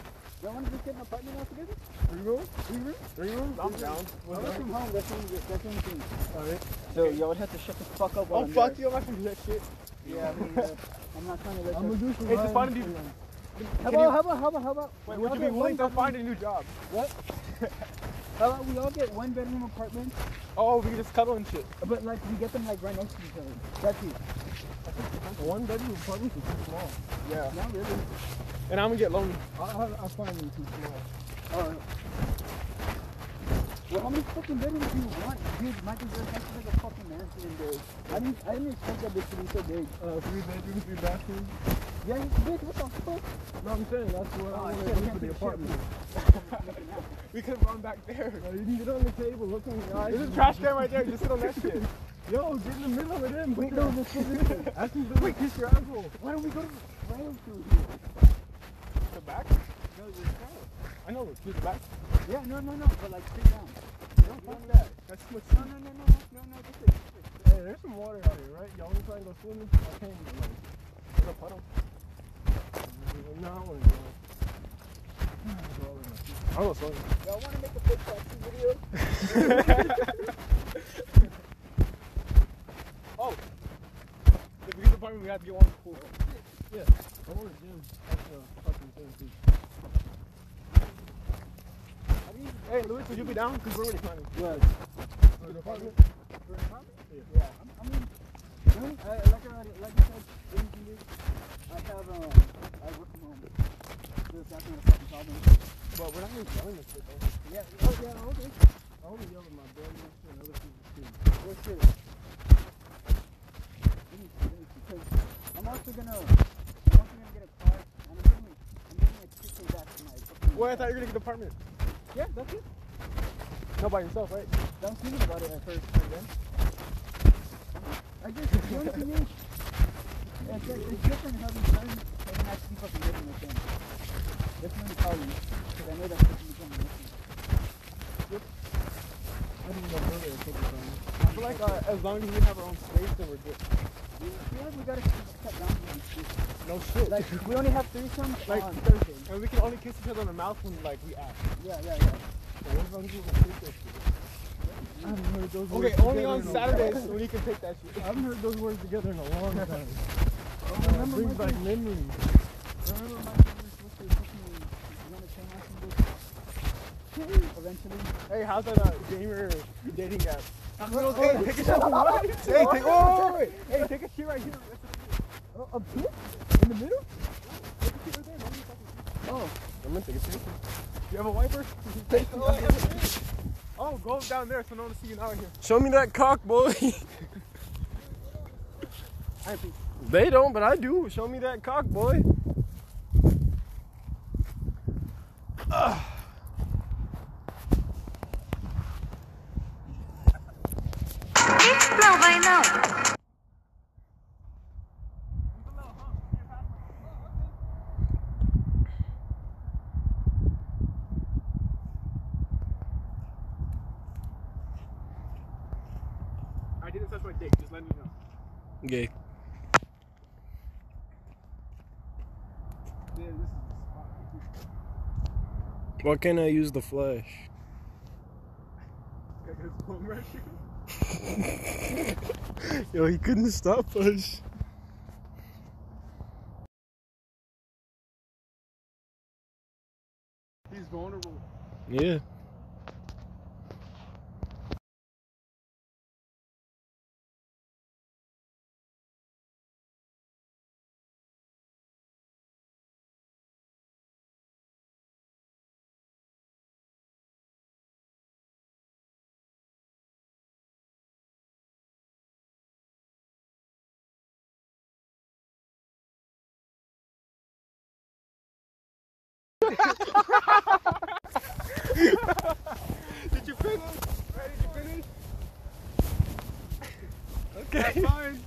Y'all want to just get an apartment all together? Three rooms? Three rooms? Three rooms? Oh, I'm down. I work from home, that's the only, that's the only thing. Alright. So, y'all would have to shut the fuck up while Oh I'm fuck you, there. I'm not gonna do that shit. Yeah, I mean, uh, I'm not trying to let I'm you. gonna do some Hey, just find a dude- How Can about, you- how about, how about, how about, Wait, we would all you be get willing one to find a new job? bedroom- How about we all get one bedroom apartment, Oh, we can just cuddle and shit. but like we get them like right next to each other? That's it. One bedroom apartment is too small. Yeah. Not really. And I'm gonna get lonely. I'll, I'll, I'll find them too small. Alright. Well, how many fucking bedrooms do you want? Dude, my deserves like a fucking mansion in there. I didn't, I didn't expect that bitch to be so big. Uh, three bedrooms, three bathrooms. Yeah, bitch, what the fuck? No, I'm saying that's what Oh, I want shit, to I do for can't the see shit. apartment. We could have gone back there. Uh, you can get on the table, look in the eyes. There's a trash can right there. Just sit on that shit. Yo, get in the middle of it in. Wait, no, this is Ask him to Wait, kiss your asshole. Why don't we go to the rail through here? The back? No, you're right. I know. To the back. Yeah, no, no, no, but like sit down. Don't fuck that. That's too much. No, no, no, no, no, no, no, just sit. Hey, there's some water out here, right? Y'all want to try and go swimming? I can't even, like, In a puddle. Mm, No, I want to go. I don't know. Y'all want to make a big taxi video? If we get the apartment, we have to get one cool. I want a gym. That's a fucking thing, too. Hey, Luis, would you be down? Cause we're really funny. What? For an apartment? Yeah. I'm, I mean, really, I, like I already- like I said, in here, I have um, I work from home. So it's not gonna fucking problem. But we're not even yelling this shit, Yeah. Oh yeah. Okay. though. I want to yell at my brother and other people's kids. Well, shit. Because I'm also gonna, I'm also gonna get a car. And I'm gonna, I'm gonna kick it back to my. fucking- Wait, I thought you were gonna get the apartment. Yeah, that's it. No, by yourself, right? I was thinking about it at first, but then I just the only thing is, it's, like, it's different having friends and actually fucking living with them. That's my problem, because I know that's fucking becoming an issue. I didn't know brother was focused on me. I feel like uh, as long as we have our own space, then we're good. We feel like we gotta cut down on these shit. No shit. Like we only have threesomes Like- on Thursday. and we can only kiss each other on the mouth when like we act. Yeah, yeah, yeah. So what if I'm doing a kick that shit? I haven't heard those Okay, words only together on in a- Saturdays when you can take that shit. I haven't heard those words together in a long time. Oh, Uh, remember brings my back thing- memories. remember my thing was supposed to fucking wanna turn off some bitch? Eventually. Hey, how's that uh, gamer dating app? hey, take a shot. Hey, take- oh, wait, wait, wait. Hey, take a shit right here. Oh, a bit? In the middle? Oh, I'm gonna take a picture. You have a wiper? oh, go down there so no one will see you now in here. Show me that cock, boy. I think. they don't, but I do. Show me that cock, boy. Ugh. I know. I didn't touch my dick. Just let me know. Gay. Yeah, this is the spot. Why can't I use the flash? I got this bum rush. Yo, he couldn't stop us. He's vulnerable. Yeah. Did you finish? Right, did you finish? Okay. That's fine.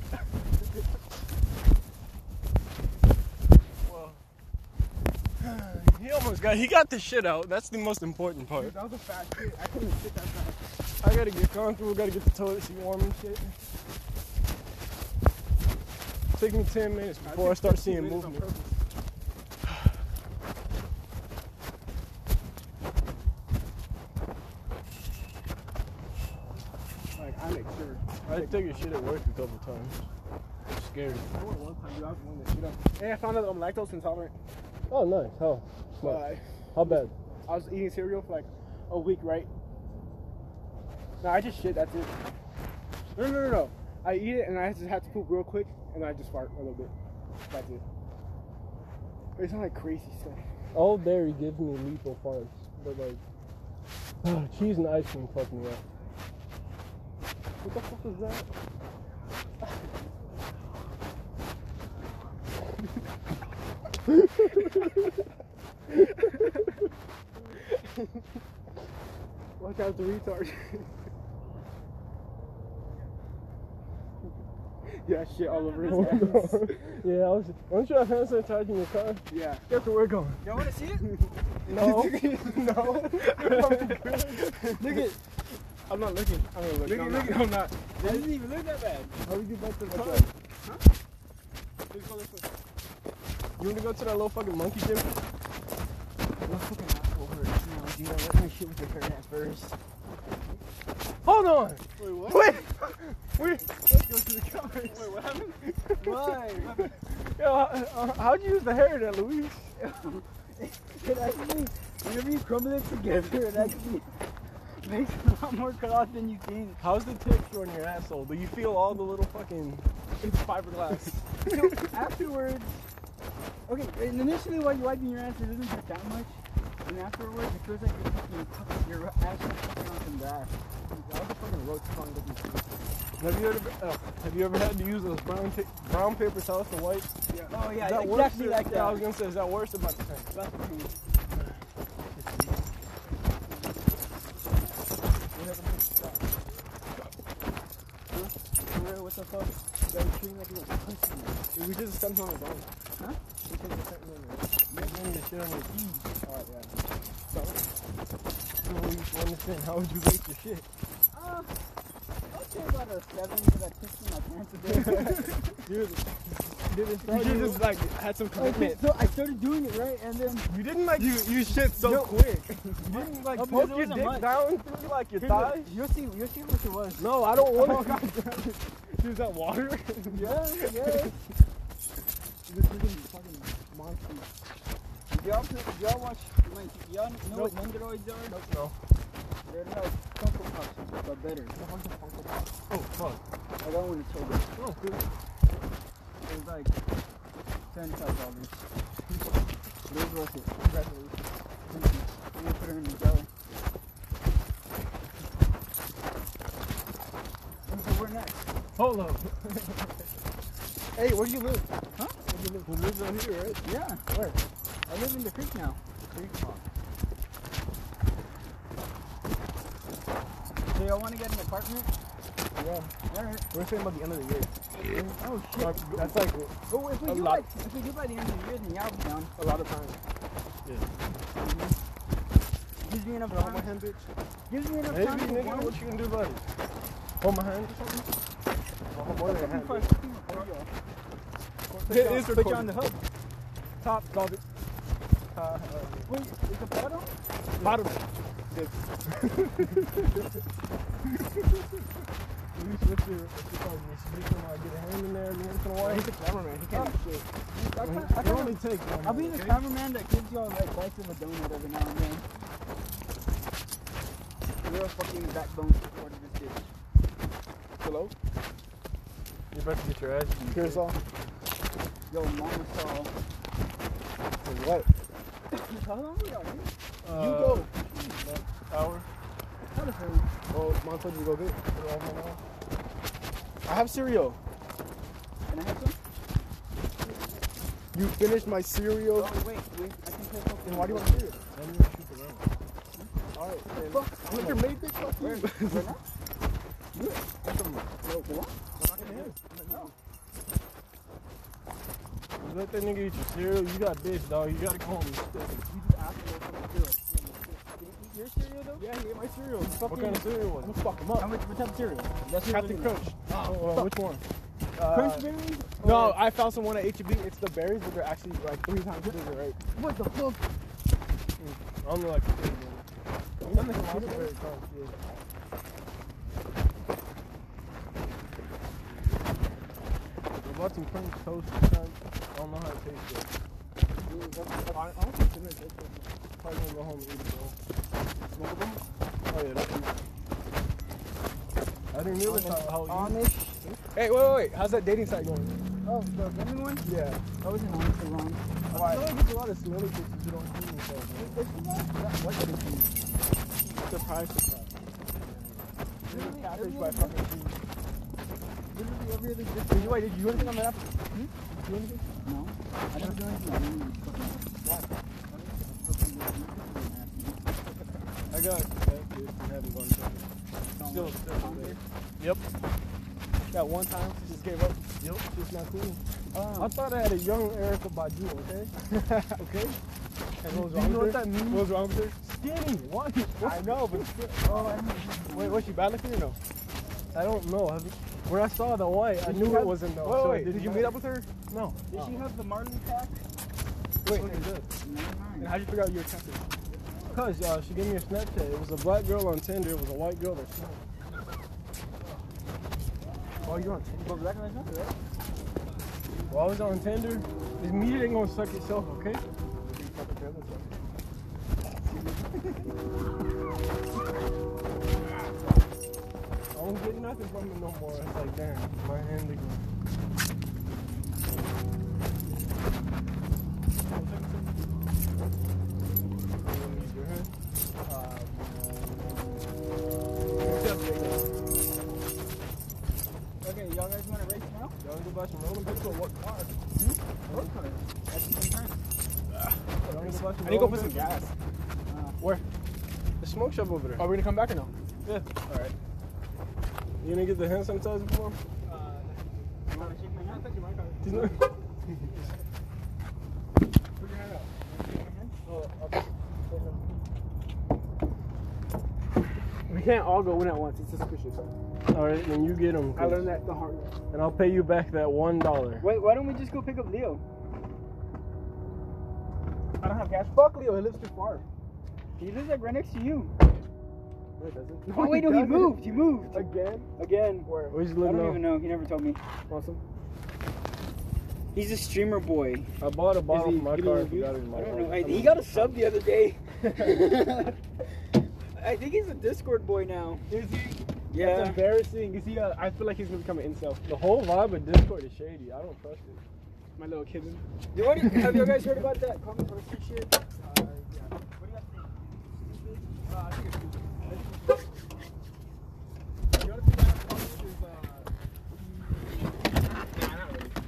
He almost got. He got the shit out. That's the most important part. That was a fast hit. I couldn't sit that fast. I gotta get comfortable. Gotta get the toilet seat warm and shit. Take me ten minutes before I, start seeing He did this on movement. purpose. Like, I make sure. I took a shit at work a couple times. I'm scared. I went one time, dude. I was one that shit up. Hey, I found out I'm lactose intolerant. Oh, nice. How? What? Uh, How bad? I was eating cereal for like a week, right? No, I just shit. That's it. No, no, no, no. I eat it and I just have to poop real quick, and I just fart a little bit. That's it. It's not like crazy stuff. All dairy gives me lethal farts, but like cheese and ice cream fuck me up. What the fuck is that? Watch out, the retard. yeah, shit all over his ass. yeah, I was. Aren't you have hand sanitizer in your car? yeah. That's where we're going. Y'all wanna see it? No. no. look it. I'm not looking. I'm not looking. Look it, look it. I'm not. That doesn't even look that bad. How we get back to the car? Just go this way. You want to go to that little fucking monkey gym? My fucking asshole hurts now, dude. I let my shit with the hurt at first. Hold on. Wait, what? Wait. Wait, what happened? Why? Yo, uh, uh, how'd you use the hair there, Luis? It actually, whenever you crumble it together, it actually makes a lot more cut off than you think. How's the texture on your asshole? Do you feel all the little fucking? It's fiberglass. So afterwards, okay, and initially while you're wiping your ass, it doesn't hurt that much. And afterwards, it feels like you're fucking fucking your ass is fucking on some grass. All the fucking roach crawling up your face. Have you ever? Uh, have you ever had to use those brown ta- brown paper towels to wipe? Oh yeah, Is that it's worse exactly or- like Yeah, I was that. gonna say, is that worse or about the same? That's cool. Huh? What the fuck? That was treating like a little pussy. We did something on the ground. Huh? Because it's not really right. Alright, Oh, yeah. So, you know, you understand, how would you rate your shit? Uh, I'll say about a seven because I pissed in my pants today. You didn't you should just like had some okay, commitment. so I started doing it right, and then you didn't like you, you shit so Yo, quick. You didn't like Oh, because poke it your wasn't dick much. down through like your Here's what- thigh. you'll see, you'll see what it was. Oh, No, I don't want to. Is that water? Yeah, yeah. This is a fucking monster. Did y'all, pl- y'all watch, like, y'all know what Mandroids are? Nope, no. They're like Funko Pops, but better. oh fuck. I got one to show you. Oh, good. It was like $75. it was worth it. Congratulations. Thank you. I'm gonna put it in the jelly. And so we're next. Polo. Hey, where do you live? Who lives out here, right? Yeah, where? I live in the creek now. Creek Farm. So y'all want to get an apartment? All right. We're saying about the end of the year. Oh shit. Like, That's like Oh, if we A do lot. like, if we do by the end of the year, then y'all be down. a lot of time. Gives me enough Hold my time. hand, bitch. Gives me enough Maybe, time to nigga, get one. what you gonna do about it? Hold my hand or something? Hold more than a hand, bitch. It is Put you on recorded. the hook. Top, garbage. Uh, Wait, is the bottom? Bottom. You switch your, what's it called, your speaker while I get a hand in there every once in a while. He's a cameraman. He can't do shit. Uh, I kinda, I It kinda, only takes one. I'll be hand, the okay? cameraman that gives y'all like bites of a donut every now and then. Real fucking backbone support of this bitch. Hello? You're about to get your ass beat. Here's all. Yo, mama saw. For what? How long we are? dude? Uh, you go. Hour. How the hell? Oh, mom told you to go get it. Put it on my mouth. I have cereal. Can I have some? You finished my cereal. Oh wait, wait. I can play Pokemon. Then why do you want cereal? I need to shoot the round. Fuck. Look, you're made, bitch. Fuck you. We're not? Yo, what? You Let that nigga eat your cereal. You got bitch, dog. You gotta come home and stick. You just asked me what to do. Did he eat your cereal though? Yeah, he ate my cereal. He's fucking. What kind of cereal was I'm it? gonna fuck him up. How much? What type of cereal? That's your Captain original. Crunch. Oh, uh, which one? Uh, Crunch berries? no, I found someone at HEB. It's the berries, but they're actually like three times bigger, right? What the fuck? I don't know like the cereal. I'm the peanut butter crunch, yeah. I bought some French toast. crunch. I don't know how it tastes yet. I, I don't consider it that good. Probably gonna go home and eat it though. Smokable? Oh yeah, that's it. I didn't realize how, Uh, how you Amish? Hey, wait, wait, wait. How's that dating site going? Oh, the gaming one? Yeah. I was in one for long. Why? I get a lot of smelly bitches who don't see me. Surprise, surprise. Literally, Catfish every by other- fucking cheese. literally every other bitch. Did you, wait, did you do anything on that apple? Hmm? Did you do anything? No, I don't do anything. I don't even fucking I got that bitch and had one time. Still, still. That one time she just gave up. Yep. She's not cool. I thought I had a young Erica Badu, okay? okay? And what was Do you wrong know with her? what that means? What was wrong with her? Skinny. What? I know, but Oh, I don't wait, was she bad looking or no? I don't know. Have you- When I saw the white, I Did knew you it have- wasn't though. Wait, so wait, it did didn't you meet matter. up with her? No. Did she have the Marlin pack? Wait, Never and mind. how'd you figure out you were catfish? Cause uh, she gave me a Snapchat. It was a black girl on Tinder. It was a white girl that snapped. Oh, you're on Tinder. But black lives matter, right? While I was on Tinder, this media ain't gonna suck itself, okay? I don't get nothing from it no more. It's like, damn, my hand again. Okay, y'all guys want to race now? Y'all wanna go buy some rolling picks or what car? Road card. At the same time. Y'all wanna go buy some I need to go rolling put some picks? gas. The smoke shop over there. Are we gonna come back or no? Yeah. Alright. You gonna get the hand sanitizer for him? You want to shake my hand? He's not- We can't all go in at once. It's suspicious. Alright, then you get him. I learned that the hard way. And I'll pay you back that one dollar. Wait, why don't we just go pick up Leo? I don't have gas. Fuck Leo. He lives too far. He lives like right next to you. No, he doesn't. Oh wait, no, he doesn't. moved. He moved. Again? Again. Where? Where's I Lil don't Mo? even know. He never told me. Awesome. He's a streamer boy. I bought a bottle he for my getting car. I reviews? forgot it in my I don't know. wallet. I, he got a sub the other day. I think he's a Discord boy now. Is he? That's Yeah. embarrassing. Is he? Uh, I feel like he's gonna become an incel. The whole vibe of Discord is shady. I don't trust it. My little kitten. Yo, what do you- have you guys heard about that Common Person shit? Uh, yeah. What do you guys think?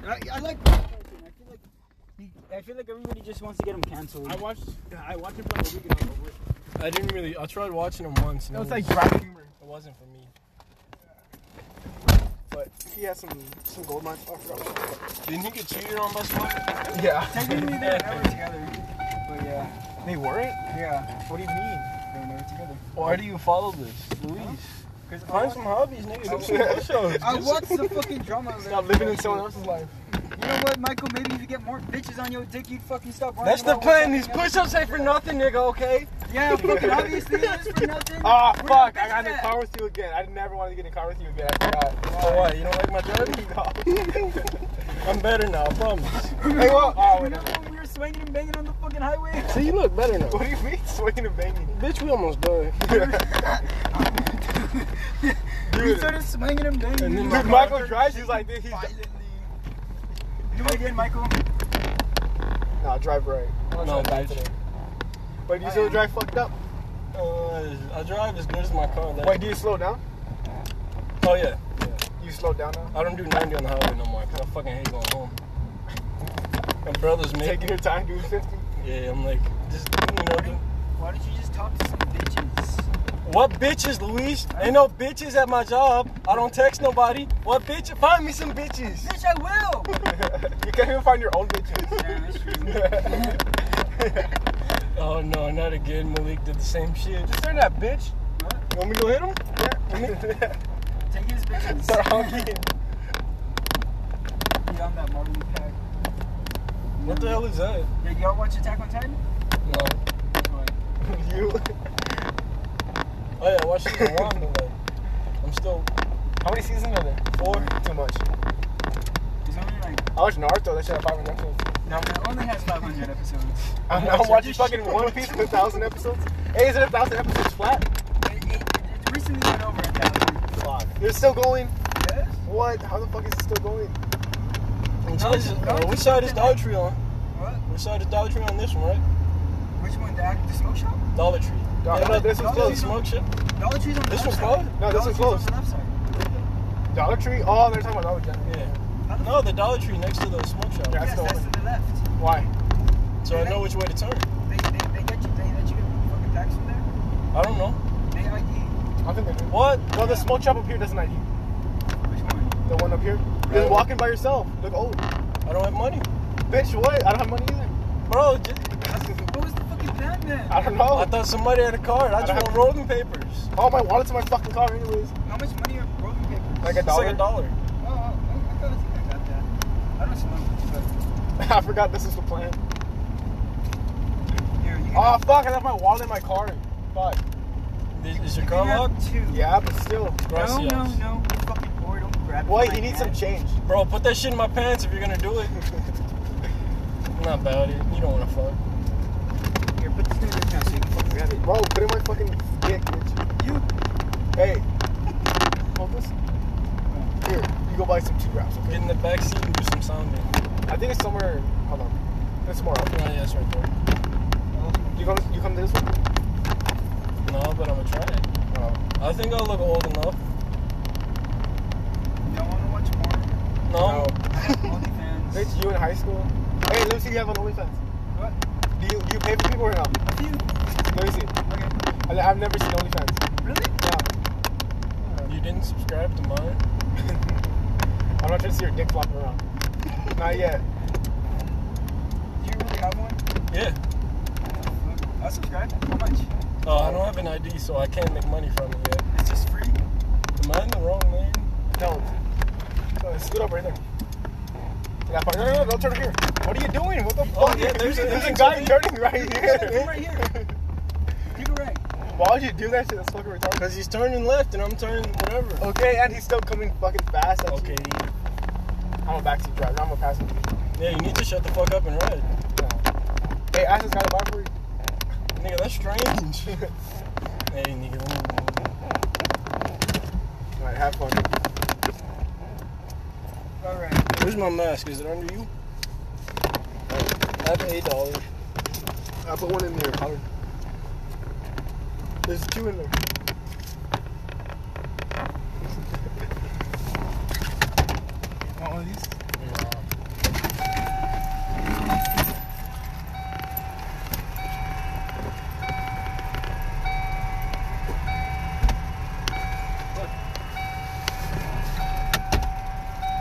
I, I like Common Person. I feel like he, I feel like everybody just wants to get him canceled. watched. I watched him for a week and over. I didn't really. I tried watching them once. And It was like black humor. it wasn't for me. But he has some some gold mines. Oh, I forgot what- Didn't he get cheated on by someone? Yeah. Technically, they were never together. But yeah, They weren't? yeah, What do you mean? they were never together. Why do you follow this, Luis? Because Find some hobbies, nigga. Go see Yeah. those shows. I watched Uh, the fucking drama. already. Stop living in someone else's life. You know what, Michael? Maybe if you get more bitches on your dick, you'd fucking stop. worrying That's the about what's plan. happening These out push-ups ain't for nothing, nigga. Okay. Yeah, fucking obviously it is for nothing. Oh, Ah, We're not fuck! I got in a bitching at. car with you again. I never wanted to get in a car with you again. I forgot. Oh, why? You don't like my driving? I'm better now. I promise. Hey, well, oh, wait, no. Remember when we were swinging and banging on the fucking highway? See, you look better now. What do you mean swinging and banging? Bitch, we almost died. we started swinging and banging. And then in my the Dude, car. Michael drives. He's like, this, he's Violently. Do it again, Michael. nah, drive right. I wanna No, try to drive bitch. today. But you still drive fucked up. Uh, I drive as good as my car. Like, Wait, do you slow down? oh yeah, You slow down now? I don't do 90 on the highway no more because I fucking hate going home. My brother's Taking making. your time doing 50. Yeah, I'm like, just you know. do- Why don't you just talk to some bitches? What bitches, Luis? Ain't no bitches at my job. I don't text nobody. What bitch? Find me some bitches. Bitch, I will. you can't even find your own bitches. yeah, that's true. Oh no, not again. Malik did the same shit. Just turn that bitch. You want me to go hit him? Take his bitches. Start honking. Yeah, I'm that Marvel pack. What the hell is that? Yeah, y'all watch Attack on Titan? No. you. Oh yeah, watch season one. But like, I'm still How many seasons are there? Four. Too much. It's only like I watched Naruto. That shit had 500 episodes. no, it only has 500 episodes. I'm, That's I'm watching just- fucking One Piece with a thousand episodes. Hey, is it a thousand episodes flat? It, it, it recently went over at that point. Fuck. They're still going. Yes. What? How the fuck is it still going? No, it's, uh, which side is Dollar Tree on? What? Which side is Dollar Tree on this one, right? Which one? The, act- the smoke shop? Dollar Tree. No, Yeah, no, this the one's Dollar closed. Smoke shop. Dollar Tree's on the This left one's side. closed. No, this Dollar is Tree's on closed. the left side. Dollar Tree? Oh, they're talking about Dollar Tree. Yeah. No, the Dollar Tree next to the smoke shop. Yeah. That's the yes, that's one. to the left. Why? So I know which way to turn. They, they, they get you, they let you get fucking tax from there. I don't know. They ID. I think they do. What? No, the smoke shop up here doesn't ID. Which one? The one up here. You're Right. walking by yourself. Look old. I don't have money, Bitch, what? I don't have money either. bro. Just, What was the fucking plan then? I don't know. I thought somebody had a card. I I just don't want have- rolling papers. All my wallet's in my fucking car, anyways. How much money are broken papers? Like a It's dollar. like a dollar. Oh, oh, I thought I think I got that. I don't smoke, I forgot this was the plan. but here, you can Oh fuck! I left my wallet in my car. Fuck. Is, is your you car can have locked? two. Yeah, but still. No, Gracias. no, no. You fucking bored. Don't grab it. Wait, like he needs some that. change. Bro, put that shit in my pants if you're gonna do it. I'm not about it. You don't wanna fuck. Here, put this in your account so you can fucking grab it. Bro, put in my fucking dick, bitch. You. Hey, hold this. Here, you go buy some two wraps, okay? Get in the back seat and do some sounding. Oh I think it's somewhere. Hold on. It's more up. yeah, it's right there. Oh. You come. You come to this one. No, but I'm gonna try it. Oh. I think I look old enough. Y'all want to watch more? No. I have OnlyFans. Bitch, you in high school? Hey, let me see. if You have an OnlyFans. What? Do you do you pay for people or not? A few. Let me see. Okay. I, I've never seen OnlyFans. Really? No. You didn't subscribe to mine? I'm not trying to see your dick flopping around. not yet. Do you really have one? Yeah. I subscribe. How much? Oh, I don't have an ID, so I can't make money from it yet. It's just free. Am I in the wrong lane? No. Uh, scoot up right there. Yeah, fuck- no, no, no, don't turn here. What are you doing? What the fuck? Oh, yeah, there's there's, a- a, there's a there's guy a- turning right Come here. right here. Take a right. Why would you do that shit? That's fucking retarded. Because he's turning left and I'm turning whatever. Okay, and he's still coming fucking fast. At Okay. You. I'm a backseat driver. I'm a passenger. Yeah, you need to shut the fuck up and ride. Hey, I just got a buy for you. Nigga, that's strange. hey, nigga, let me- Alright, have fun. All right. where's my mask? Is it under you? I have eight dollars. I put one in there. Howard. There's two in there. Want one of these?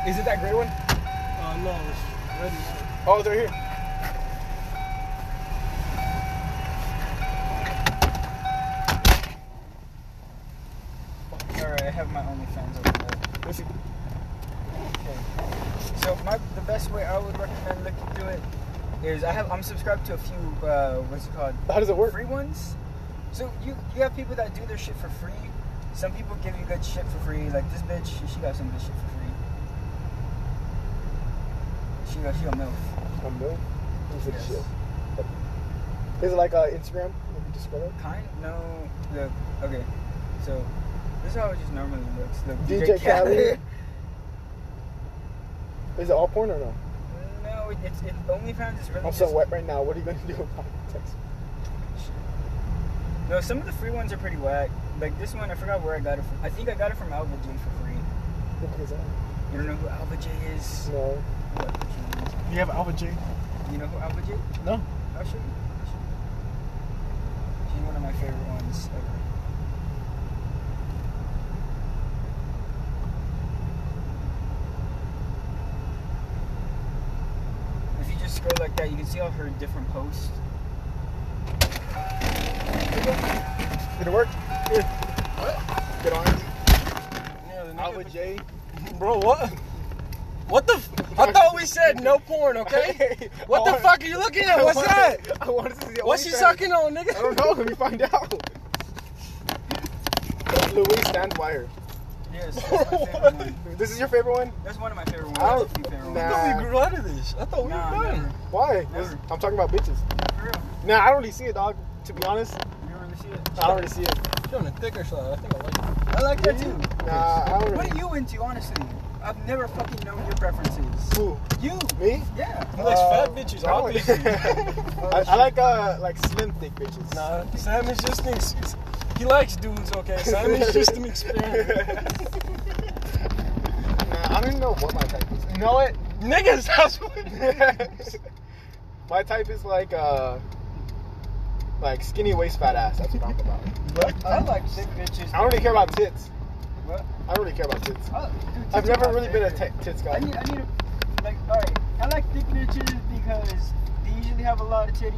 Is it that gray one? Uh, no, it's ready. Oh, they're here. Alright, I have my OnlyFans over there. Let's see. Okay. So my the best way I would recommend looking through it is I have I'm subscribed to a few uh, what's it called How does it work? free ones. So you you have people that do their shit for free. Some people give you good shit for free. Like this bitch, she, she got some good shit for free. She got she a milf. I'm doing. Is it Yes. shit? Is it like uh, Instagram? Let me just scroll up. Kind no the okay. So this is how it just normally looks. Look, DJ Khaled. Is it all porn or no? no, it, it's it, OnlyFans is really I'm just so wet right now. What are you gonna do about it? Text. No, some of the free ones are pretty whack. Like this one, I forgot where I got it from. I think I got it from Alva J for free. What is that? You don't know who Alva J is? No. Alpha J is? You have Alpha J. You know who Alva J? is? No. I'll show you. I'll show you. She's one of my favorite ones ever. If you just scroll like that, you can see all her different posts. Did it work? What? Good on it. Yeah, the nigga- Alpha J. Bro, what? What the? F- I thought we said no porn, okay? What the fuck are you looking at? What's that? I wanted to see the What's she OnlyFans. sucking on, I nigga? don't know. Let me find out. Louis Standwire. Yes, that's my favorite one. This is your favorite one? That's one of my favorite ones. I That's don't- a few favorite nah. ones. I thought we grew out of this. I thought we Nah, were never. done. Why? This- Never. I'm talking about bitches. For real. Nah, I don't really see it, dog. To be honest, You really see it? I don't really see it. She on the thicker side. I think I like it. I like that too. Nah, I don't What really. are you into, honestly? I've never fucking known your preferences. Who? You? Me? Yeah. He likes Uh, fat bitches, I don't- obviously. I, I like uh like slim thick bitches. nah, Simon just thinks he's- he likes dudes, okay? Simon's just an experiment. Nah, I don't even know what my type is. You know what? Niggas, that's what. my type is like uh like skinny waist fat ass. That's what I'm about. I like thick bitches. I don't really care about tits. What? I don't really care about tits. I- dude, I've tits are never my really been a favorite. t- tits guy. I need, I need a, like, alright. I like thick bitches because they usually have a lot of titty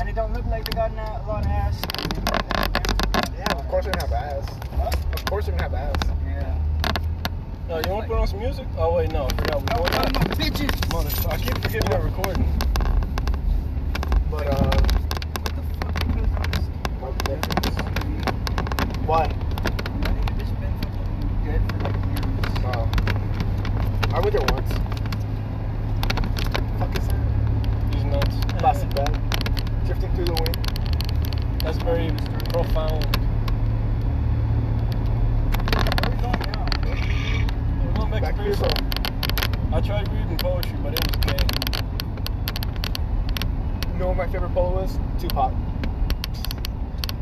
and it don't look like they got na- a lot of ass. Yeah, of course I have ass. Of course I have ass. Yeah. Yo, you want to put on some music? Oh, wait, no. I forgot. I We're want going my bitches. Motherfucker, I keep forgetting we're recording. But uh, What the fuck you guys on this? my preference. Why? I think this bitch been fucking dead for like years. Wow. Um, I went there once. Fuck is that? He's nuts. Classic bad. Drifting through the wind. That's very profound. Where are we going now? We're going back, Back to to yourself. Pearson. I tried reading poetry, but it was gay. You know what my favorite poet was? Tupac.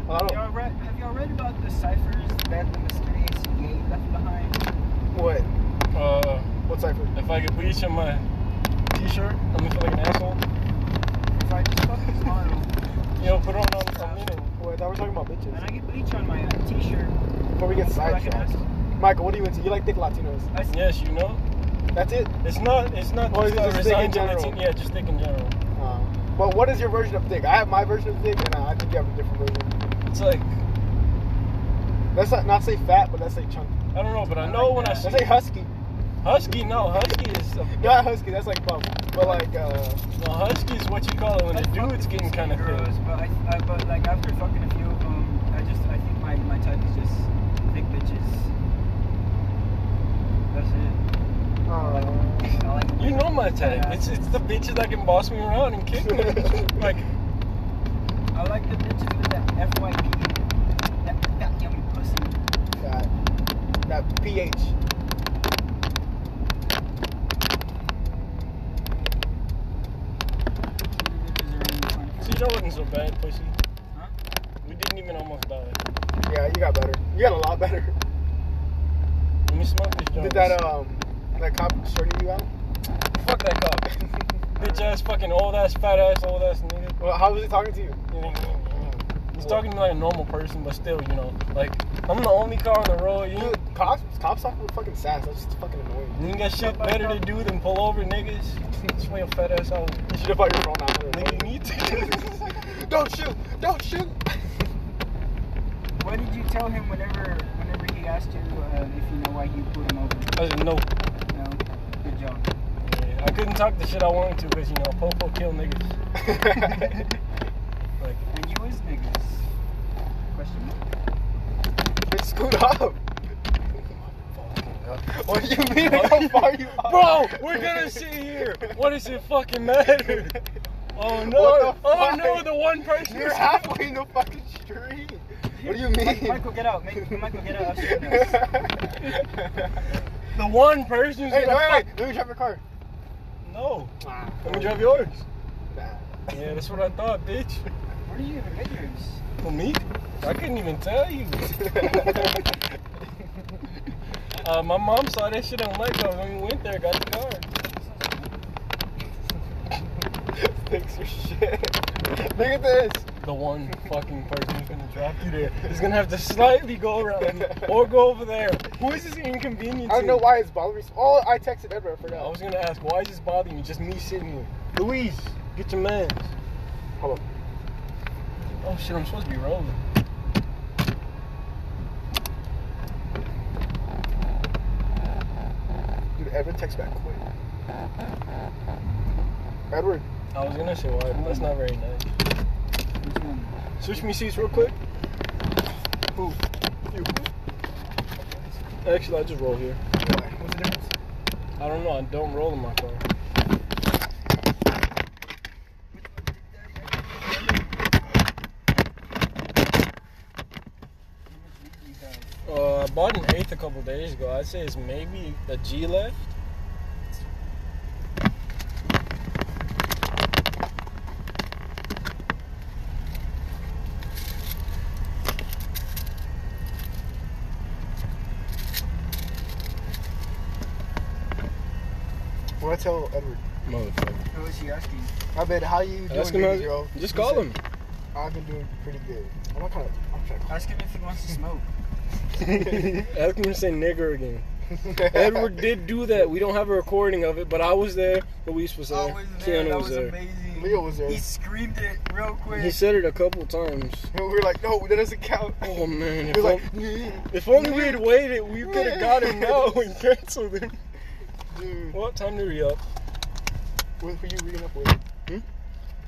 A lot Y'all of read, have y'all read about the ciphers that the mysterious yay left behind? what? Uh, What cipher? if I could bleach in my t-shirt, I'm gonna feel like an asshole. If I just fuck tomorrow Yo, put on on a minute. What? I thought we were talking about and I bitches. get bleach on my uh, t-shirt, Before we get I feel like an sidetracked. asshole. Michael, what are you into? You like thick Latinos. I s- Yes, you know. That's it? It's not. It's not. Or is just it a just thick in resigned to my general? teen- Yeah, just thick in general. Uh, well, what is your version of thick? I have my version of thick, and uh, I think you have a different version. It's like Let's not, not say fat, but let's say chunky. I don't know, but I know when I Let's see say husky. husky. No, husky is a, Not husky, that's like puff. But like, uh, no husky is what you call it when I the fuck dude's with getting these kind of girls, thick. But I, I, but like after fucking a few of them, I just I think my my type is just thick bitches. That's it. uh, I like You know my type. Yeah. It's it's the bitches that can boss me around and kick me. like I like the bitches with that FYP, that, that yummy pussy. that, that pH. Bitches are really fun. see, y'all wasn't so bad, pussy. Huh? We didn't even almost die. Yeah, you got better. You got a lot better. Let me smoke this joint. Did that, um, that cop shorty you out? Fuck that cop. Bitch ass, fucking old ass, fat ass, old ass nigga. Well, how was he talking to you? He's talking to me like a normal person, but still, you know, like I'm the only car on the road. You Dude, ain't, cops, cops talk with fucking sass. That's just fucking annoying. you ain't got shit better to do than pull over niggas. Just your fat ass out. You should have bought your phone out. Nigga, you need to. Don't shoot! Don't shoot! What did you tell him whenever whenever he asked you uh, if you know why you pulled him over? I said, no. No. Good job. Yeah, I couldn't talk the shit I wanted to because you know Popo kill niggas. Like And you is niggas. Question mark. Bitch, scoot up! What do you mean? Look how far you are. Bro, we're gonna sit here. What does it fucking matter? Oh no! What the Oh fuck? no! The one person. You're halfway in the fucking street. What do you Mi- mean? Michael, get out. Make, Michael, get out. I'm shooting us. The one person's Hey, gonna. wait, wait, let me drive your car. fuck- No. Ah, Let me drive yours. nah. Yeah, that's what I thought, bitch. Where do you even get yours? For me? I couldn't even tell you. Uh, my mom saw that shit on Lego when we went there. Got the car. Fix your shit. Look at this. The one fucking person who's gonna drive you there is gonna have to slightly go around me or go over there. Who is this inconvenience? I don't know why it's bothering me. Oh, I texted Edward. I I forgot. was gonna ask, why is this bothering you? Just me sitting here. Louise, get your man. Hold up. Oh shit, I'm supposed to be rolling. Dude, Edward texts back quick. Edward. I was gonna say why, but that's not very nice. Which one? Switch me seats real quick. Who? You. Actually, I just roll here. What's the difference? I don't know. I don't roll in my car. Uh, I bought an eighth a couple days ago. I'd say it's maybe a G left. What I tell Edward? Motherfucker. Who is he asking? I bet how you doing, Ask him baby how- girl? Just He call said, him. I've been doing pretty good. I'm not kind of. I'm trying. Ask him if he wants to smoke. Ask him to say nigger again. Edward did do that. We don't have a recording of it, but I was there. Luis was there. I was there. Keanu That was was there. amazing. Leo was there. He screamed it real quick. He said it a couple times. And we were like, no, that doesn't count. Oh man, He if, was like, on- "Mm, if only we had waited, we could have got him now and canceled him. dude, What time do we up? what who you reading up with? What's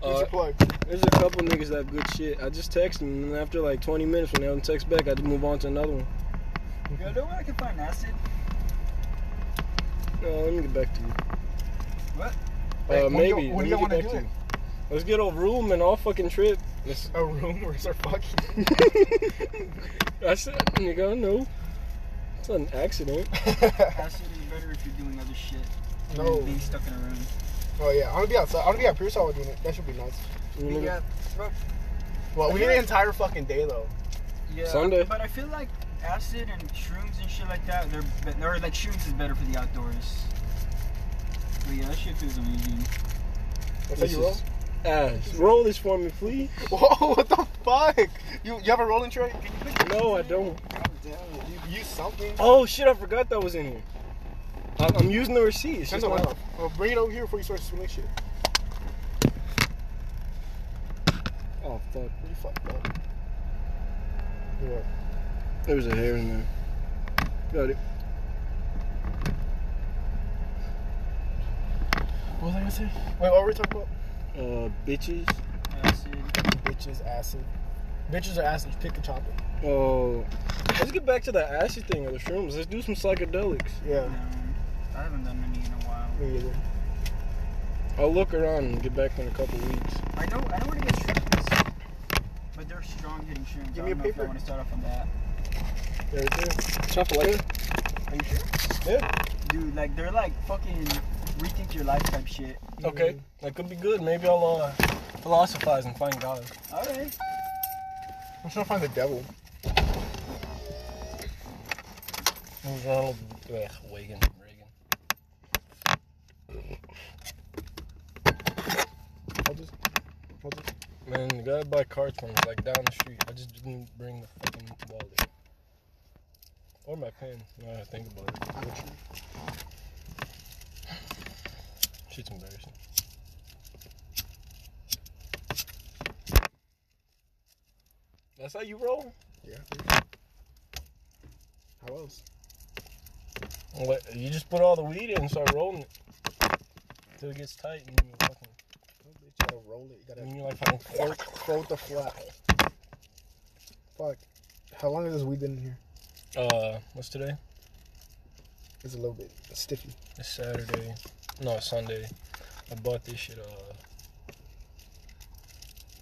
Uh, your plug? there's a couple niggas that have good shit. I just text them, and after like 20 minutes, when they haven't text back, I just move on to another one. You know where I can find acid? No, let me get back to you. What? Uh, When you- When maybe. Let do me you get want to back do to it? you. Let's get a room and all fucking trip. Let's- A room where it's our fucking. I said, nigga, no. It's not an accident. Acid is better if you're doing other shit. than No. Being stuck in a room. Oh yeah, I'm gonna be outside. I'm gonna be at Pierce Hall doing it. That should be nice. You nigga- Yeah, but, Well, we need an entire fucking day though. yeah. Sunday. But I feel like acid and shrooms and shit like that, they're be- or like shrooms is better for the outdoors. But yeah, that shit feels amazing. That's how This you roll. is ass. Roll this for me, please. Whoa, what the fuck? You you have a rolling tray? Can you pick No, I don't. You use something? Oh shit, I forgot that was in here. I- I'm using the receipt. It's Turn just the light not- off. Well, bring it over here before you start spilling shit. Oh fuck. You fucked up. What? There's a hair in there. Got it. What was I gonna say? Wait, what were we talking about? Uh, bitches. Acid. Bitches, acid. Bitches are acid. Pick a topic. Oh. Let's get back to the acid thing or the shrooms. Let's do some psychedelics. Yeah. Um, I haven't done any in a while. Me either. I'll look around and get back in a couple weeks. I know I don't want to get shrooms, but they're strong hitting shrooms. Give I me don't a know if paper. I want to start off on that. There it is. Something like that. Are you sure? Dude, like they're like fucking rethink your life type shit. Okay, that could be good. Maybe I'll uh, philosophize and find God. Alright. I'm trying to find the devil. Ronald Reagan. Reagan. I'll just. I'll just. Man, you gotta buy cartons like down the street. I just didn't bring the fucking wallet. Or my pen. Now that I think about it. Shit's embarrassing. That's how you roll? Yeah. How else? What, you just put all the weed in and start rolling it. Until it gets tight and then you fucking Oh, bitch, you gotta roll it. You gotta and you're like fucking throw, throw it the flat. Fuck. How long has this weed been in here? uh what's today? It's a little bit sticky. It's Saturday. No, it's Sunday. I bought this shit. Uh,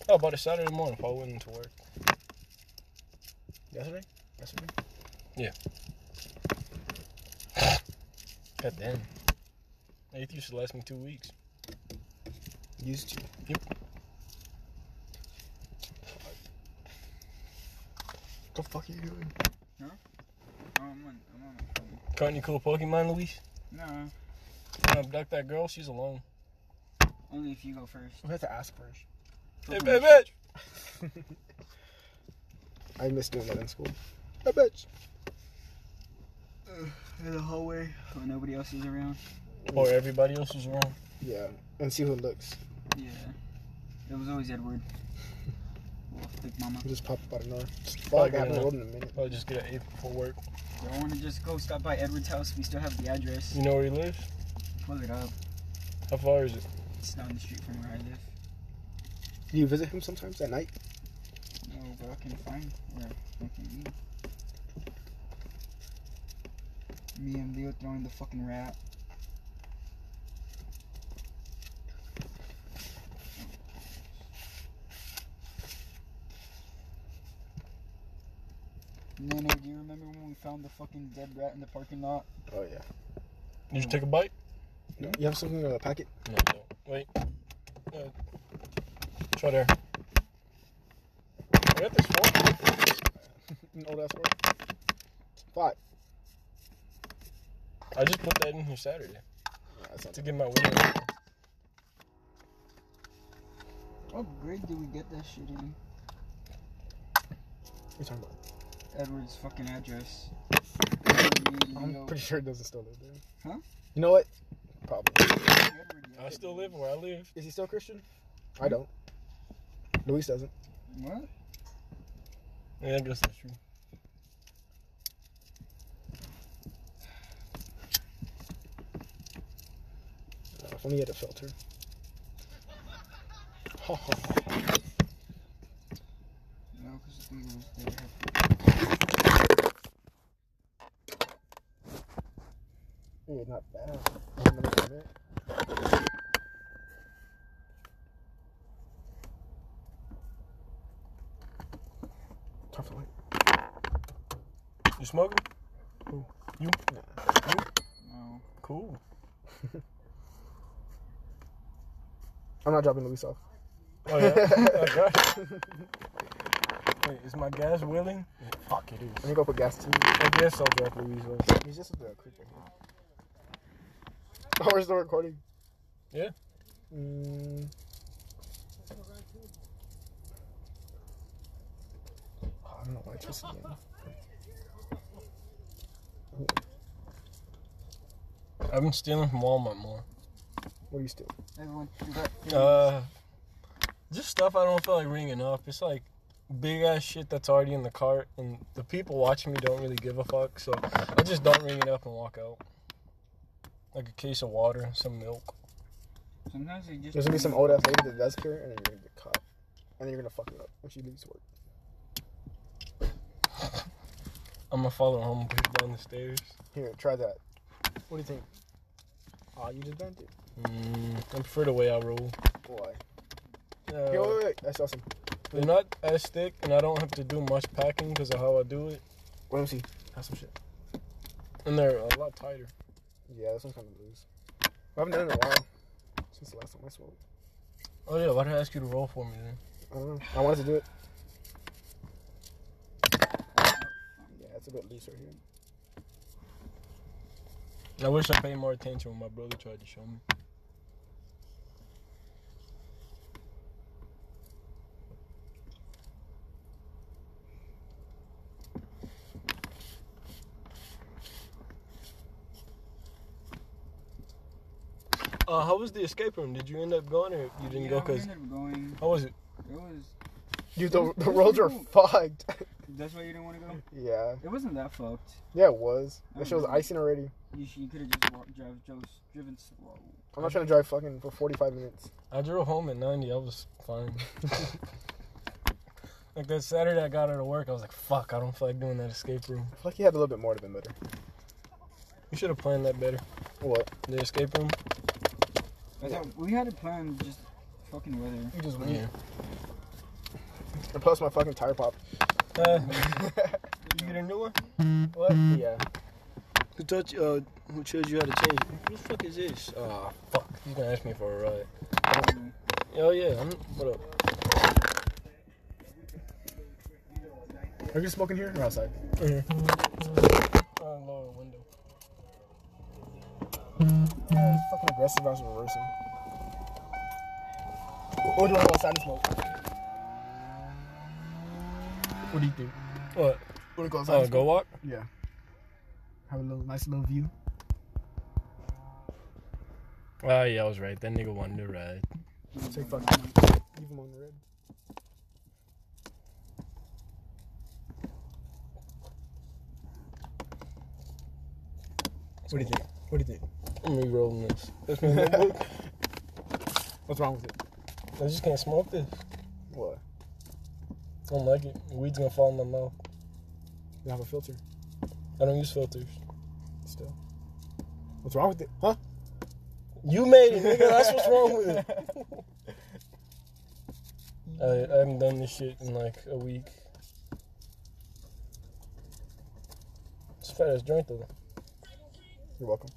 oh, I bought it Saturday morning. If I went into work, Yesterday? Yesterday? god damn. Eighth used to last me two weeks. Used to. The fuck are you doing? Oh, I'm on, I'm on my phone. Caught any cool Pokemon, Luis? No, Can I abduct that girl? She's alone. only if you go first. We have to ask first. Hey, bitch, bitch. I miss doing that in school. I bitch. In the hallway. When nobody else is around. Or everybody else was wrong. Yeah. And see who looks. Yeah. It was always Edward. Well, big mama. We just pop up out of nowhere. Fuck, I haven't not. rolled in a minute. Probably just get an eighth before work. Y'all want to just go stop by Edward's house? We still have the address. You know where he lives? Pull it up. How far is it? It's down the street from where I live. Do you visit him sometimes at night? No, but I can find where I can meet. Me and Leo throwing the fucking rat. Nene, do you remember when we found the fucking dead rat in the parking lot? Oh yeah. Did you take a bite? No. You have something in the packet? No, I don't. Wait. Uh, try there. I got this fork. An old ass word. Fuck. I just put that in here Saturday. Nah, that's not to get my window. What grade did we get that shit in? what you're talking about. Edward's fucking address. I'm pretty sure it doesn't still live there. Huh? You know what? Probably. I still live where I live. Is he still Christian? I don't. Luis doesn't. What? Yeah, I guess that's true. Uh, if only he had a filter. Oh, No, because the thing was there. Ooh, not bad. One minute, one minute. Turn off the light. You smoking? No. Cool. I'm not dropping Luis off. Oh yeah. oh, gosh. Wait, is my gas willing? Fuck it Let is. me go put gas to you. I guess I'll drop Louise off. He's just a little creeper. Oh, we're still recording. Yeah. Mm. Oh, I don't know why I chose it again. I've been stealing from Walmart more. What are you still? Everyone, you got Uh, just stuff I don't feel like ringing up. It's like big ass shit that's already in the cart, and the people watching me don't really give a fuck, so I just don't ring it up and walk out. Like a case of water, some milk. Sometimes they just. There's gonna be some old ass lady that does care, and then you're gonna get caught, and then you're gonna fuck it up when she leaves work. I'm gonna follow her home and push down the stairs. Here, try that. What do you think? Aw, you just bent it. Mm, I prefer the way I roll. Why? Uh, Here, wait, wait, wait. I saw some. They're not as thick, and I don't have to do much packing because of how I do it. Wait, let me see. Have some shit. And they're a lot tighter. Yeah, this one's kind of loose. I haven't done it in a while since the last time I smoked. Oh yeah, why did I ask you to roll for me then? I don't know. I wanted to do it. Yeah, it's a bit loose right here. I wish I paid more attention when my brother tried to show me. Uh, how was the escape room? Did you end up going or you didn't yeah, go? we Cause ended up going. how was it? It was. Dude, the, the roads are fucked. That's why you didn't want to go. yeah. It wasn't that fucked. Yeah, it was. That shit was icing already. You, sh- you could have just walked, drive, drove, driven slow. I'm not trying to drive fucking for 45 minutes. I drove home at 90. I was fine. like that Saturday, I got out of work. I was like, fuck, I don't feel like doing that escape room. I feel like you had a little bit more to been better. We should have planned that better. What? The escape room. I thought we had a plan. Just fucking weather. You just Yeah. And plus, my fucking tire popped. Uh, you get a new one. What? Yeah. Who taught you? Uh, who showed you how to change? Who the fuck is this? Oh, fuck. He's gonna ask me for a ride. Oh yeah. I'm, what up? Are you smoking here or outside? Oh, lower window. Yeah, it's Uh, fucking aggressive. I was reversing. Or do I go outside and smoke? What do you think? What? Want to go outside? Uh, and go smoke? walk. Yeah. Have a little nice little view. Oh yeah, I was right. That nigga wanted to ride. Say fuck. Leave him on the red. What do you think? What do you think? I'm re-rolling this. That's my notebook. What's wrong with it? I just can't smoke this. What? I don't like it. Weed's gonna fall in my mouth. You have a filter I don't use filters. still. What's wrong with it? Huh? You made it, nigga. That's what's wrong with it. I, I haven't done this shit in like a week. It's a fat ass joint though. You're welcome.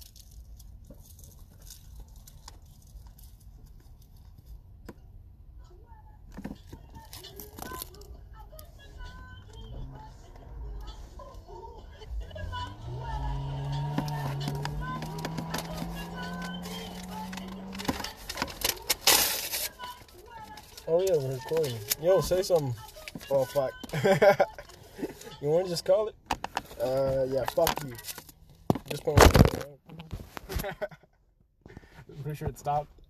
Oh yeah, we're recording. Yo, say something. Oh fuck. You wanna just call it? uh yeah, fuck you. Just point. I'm pretty sure it stopped.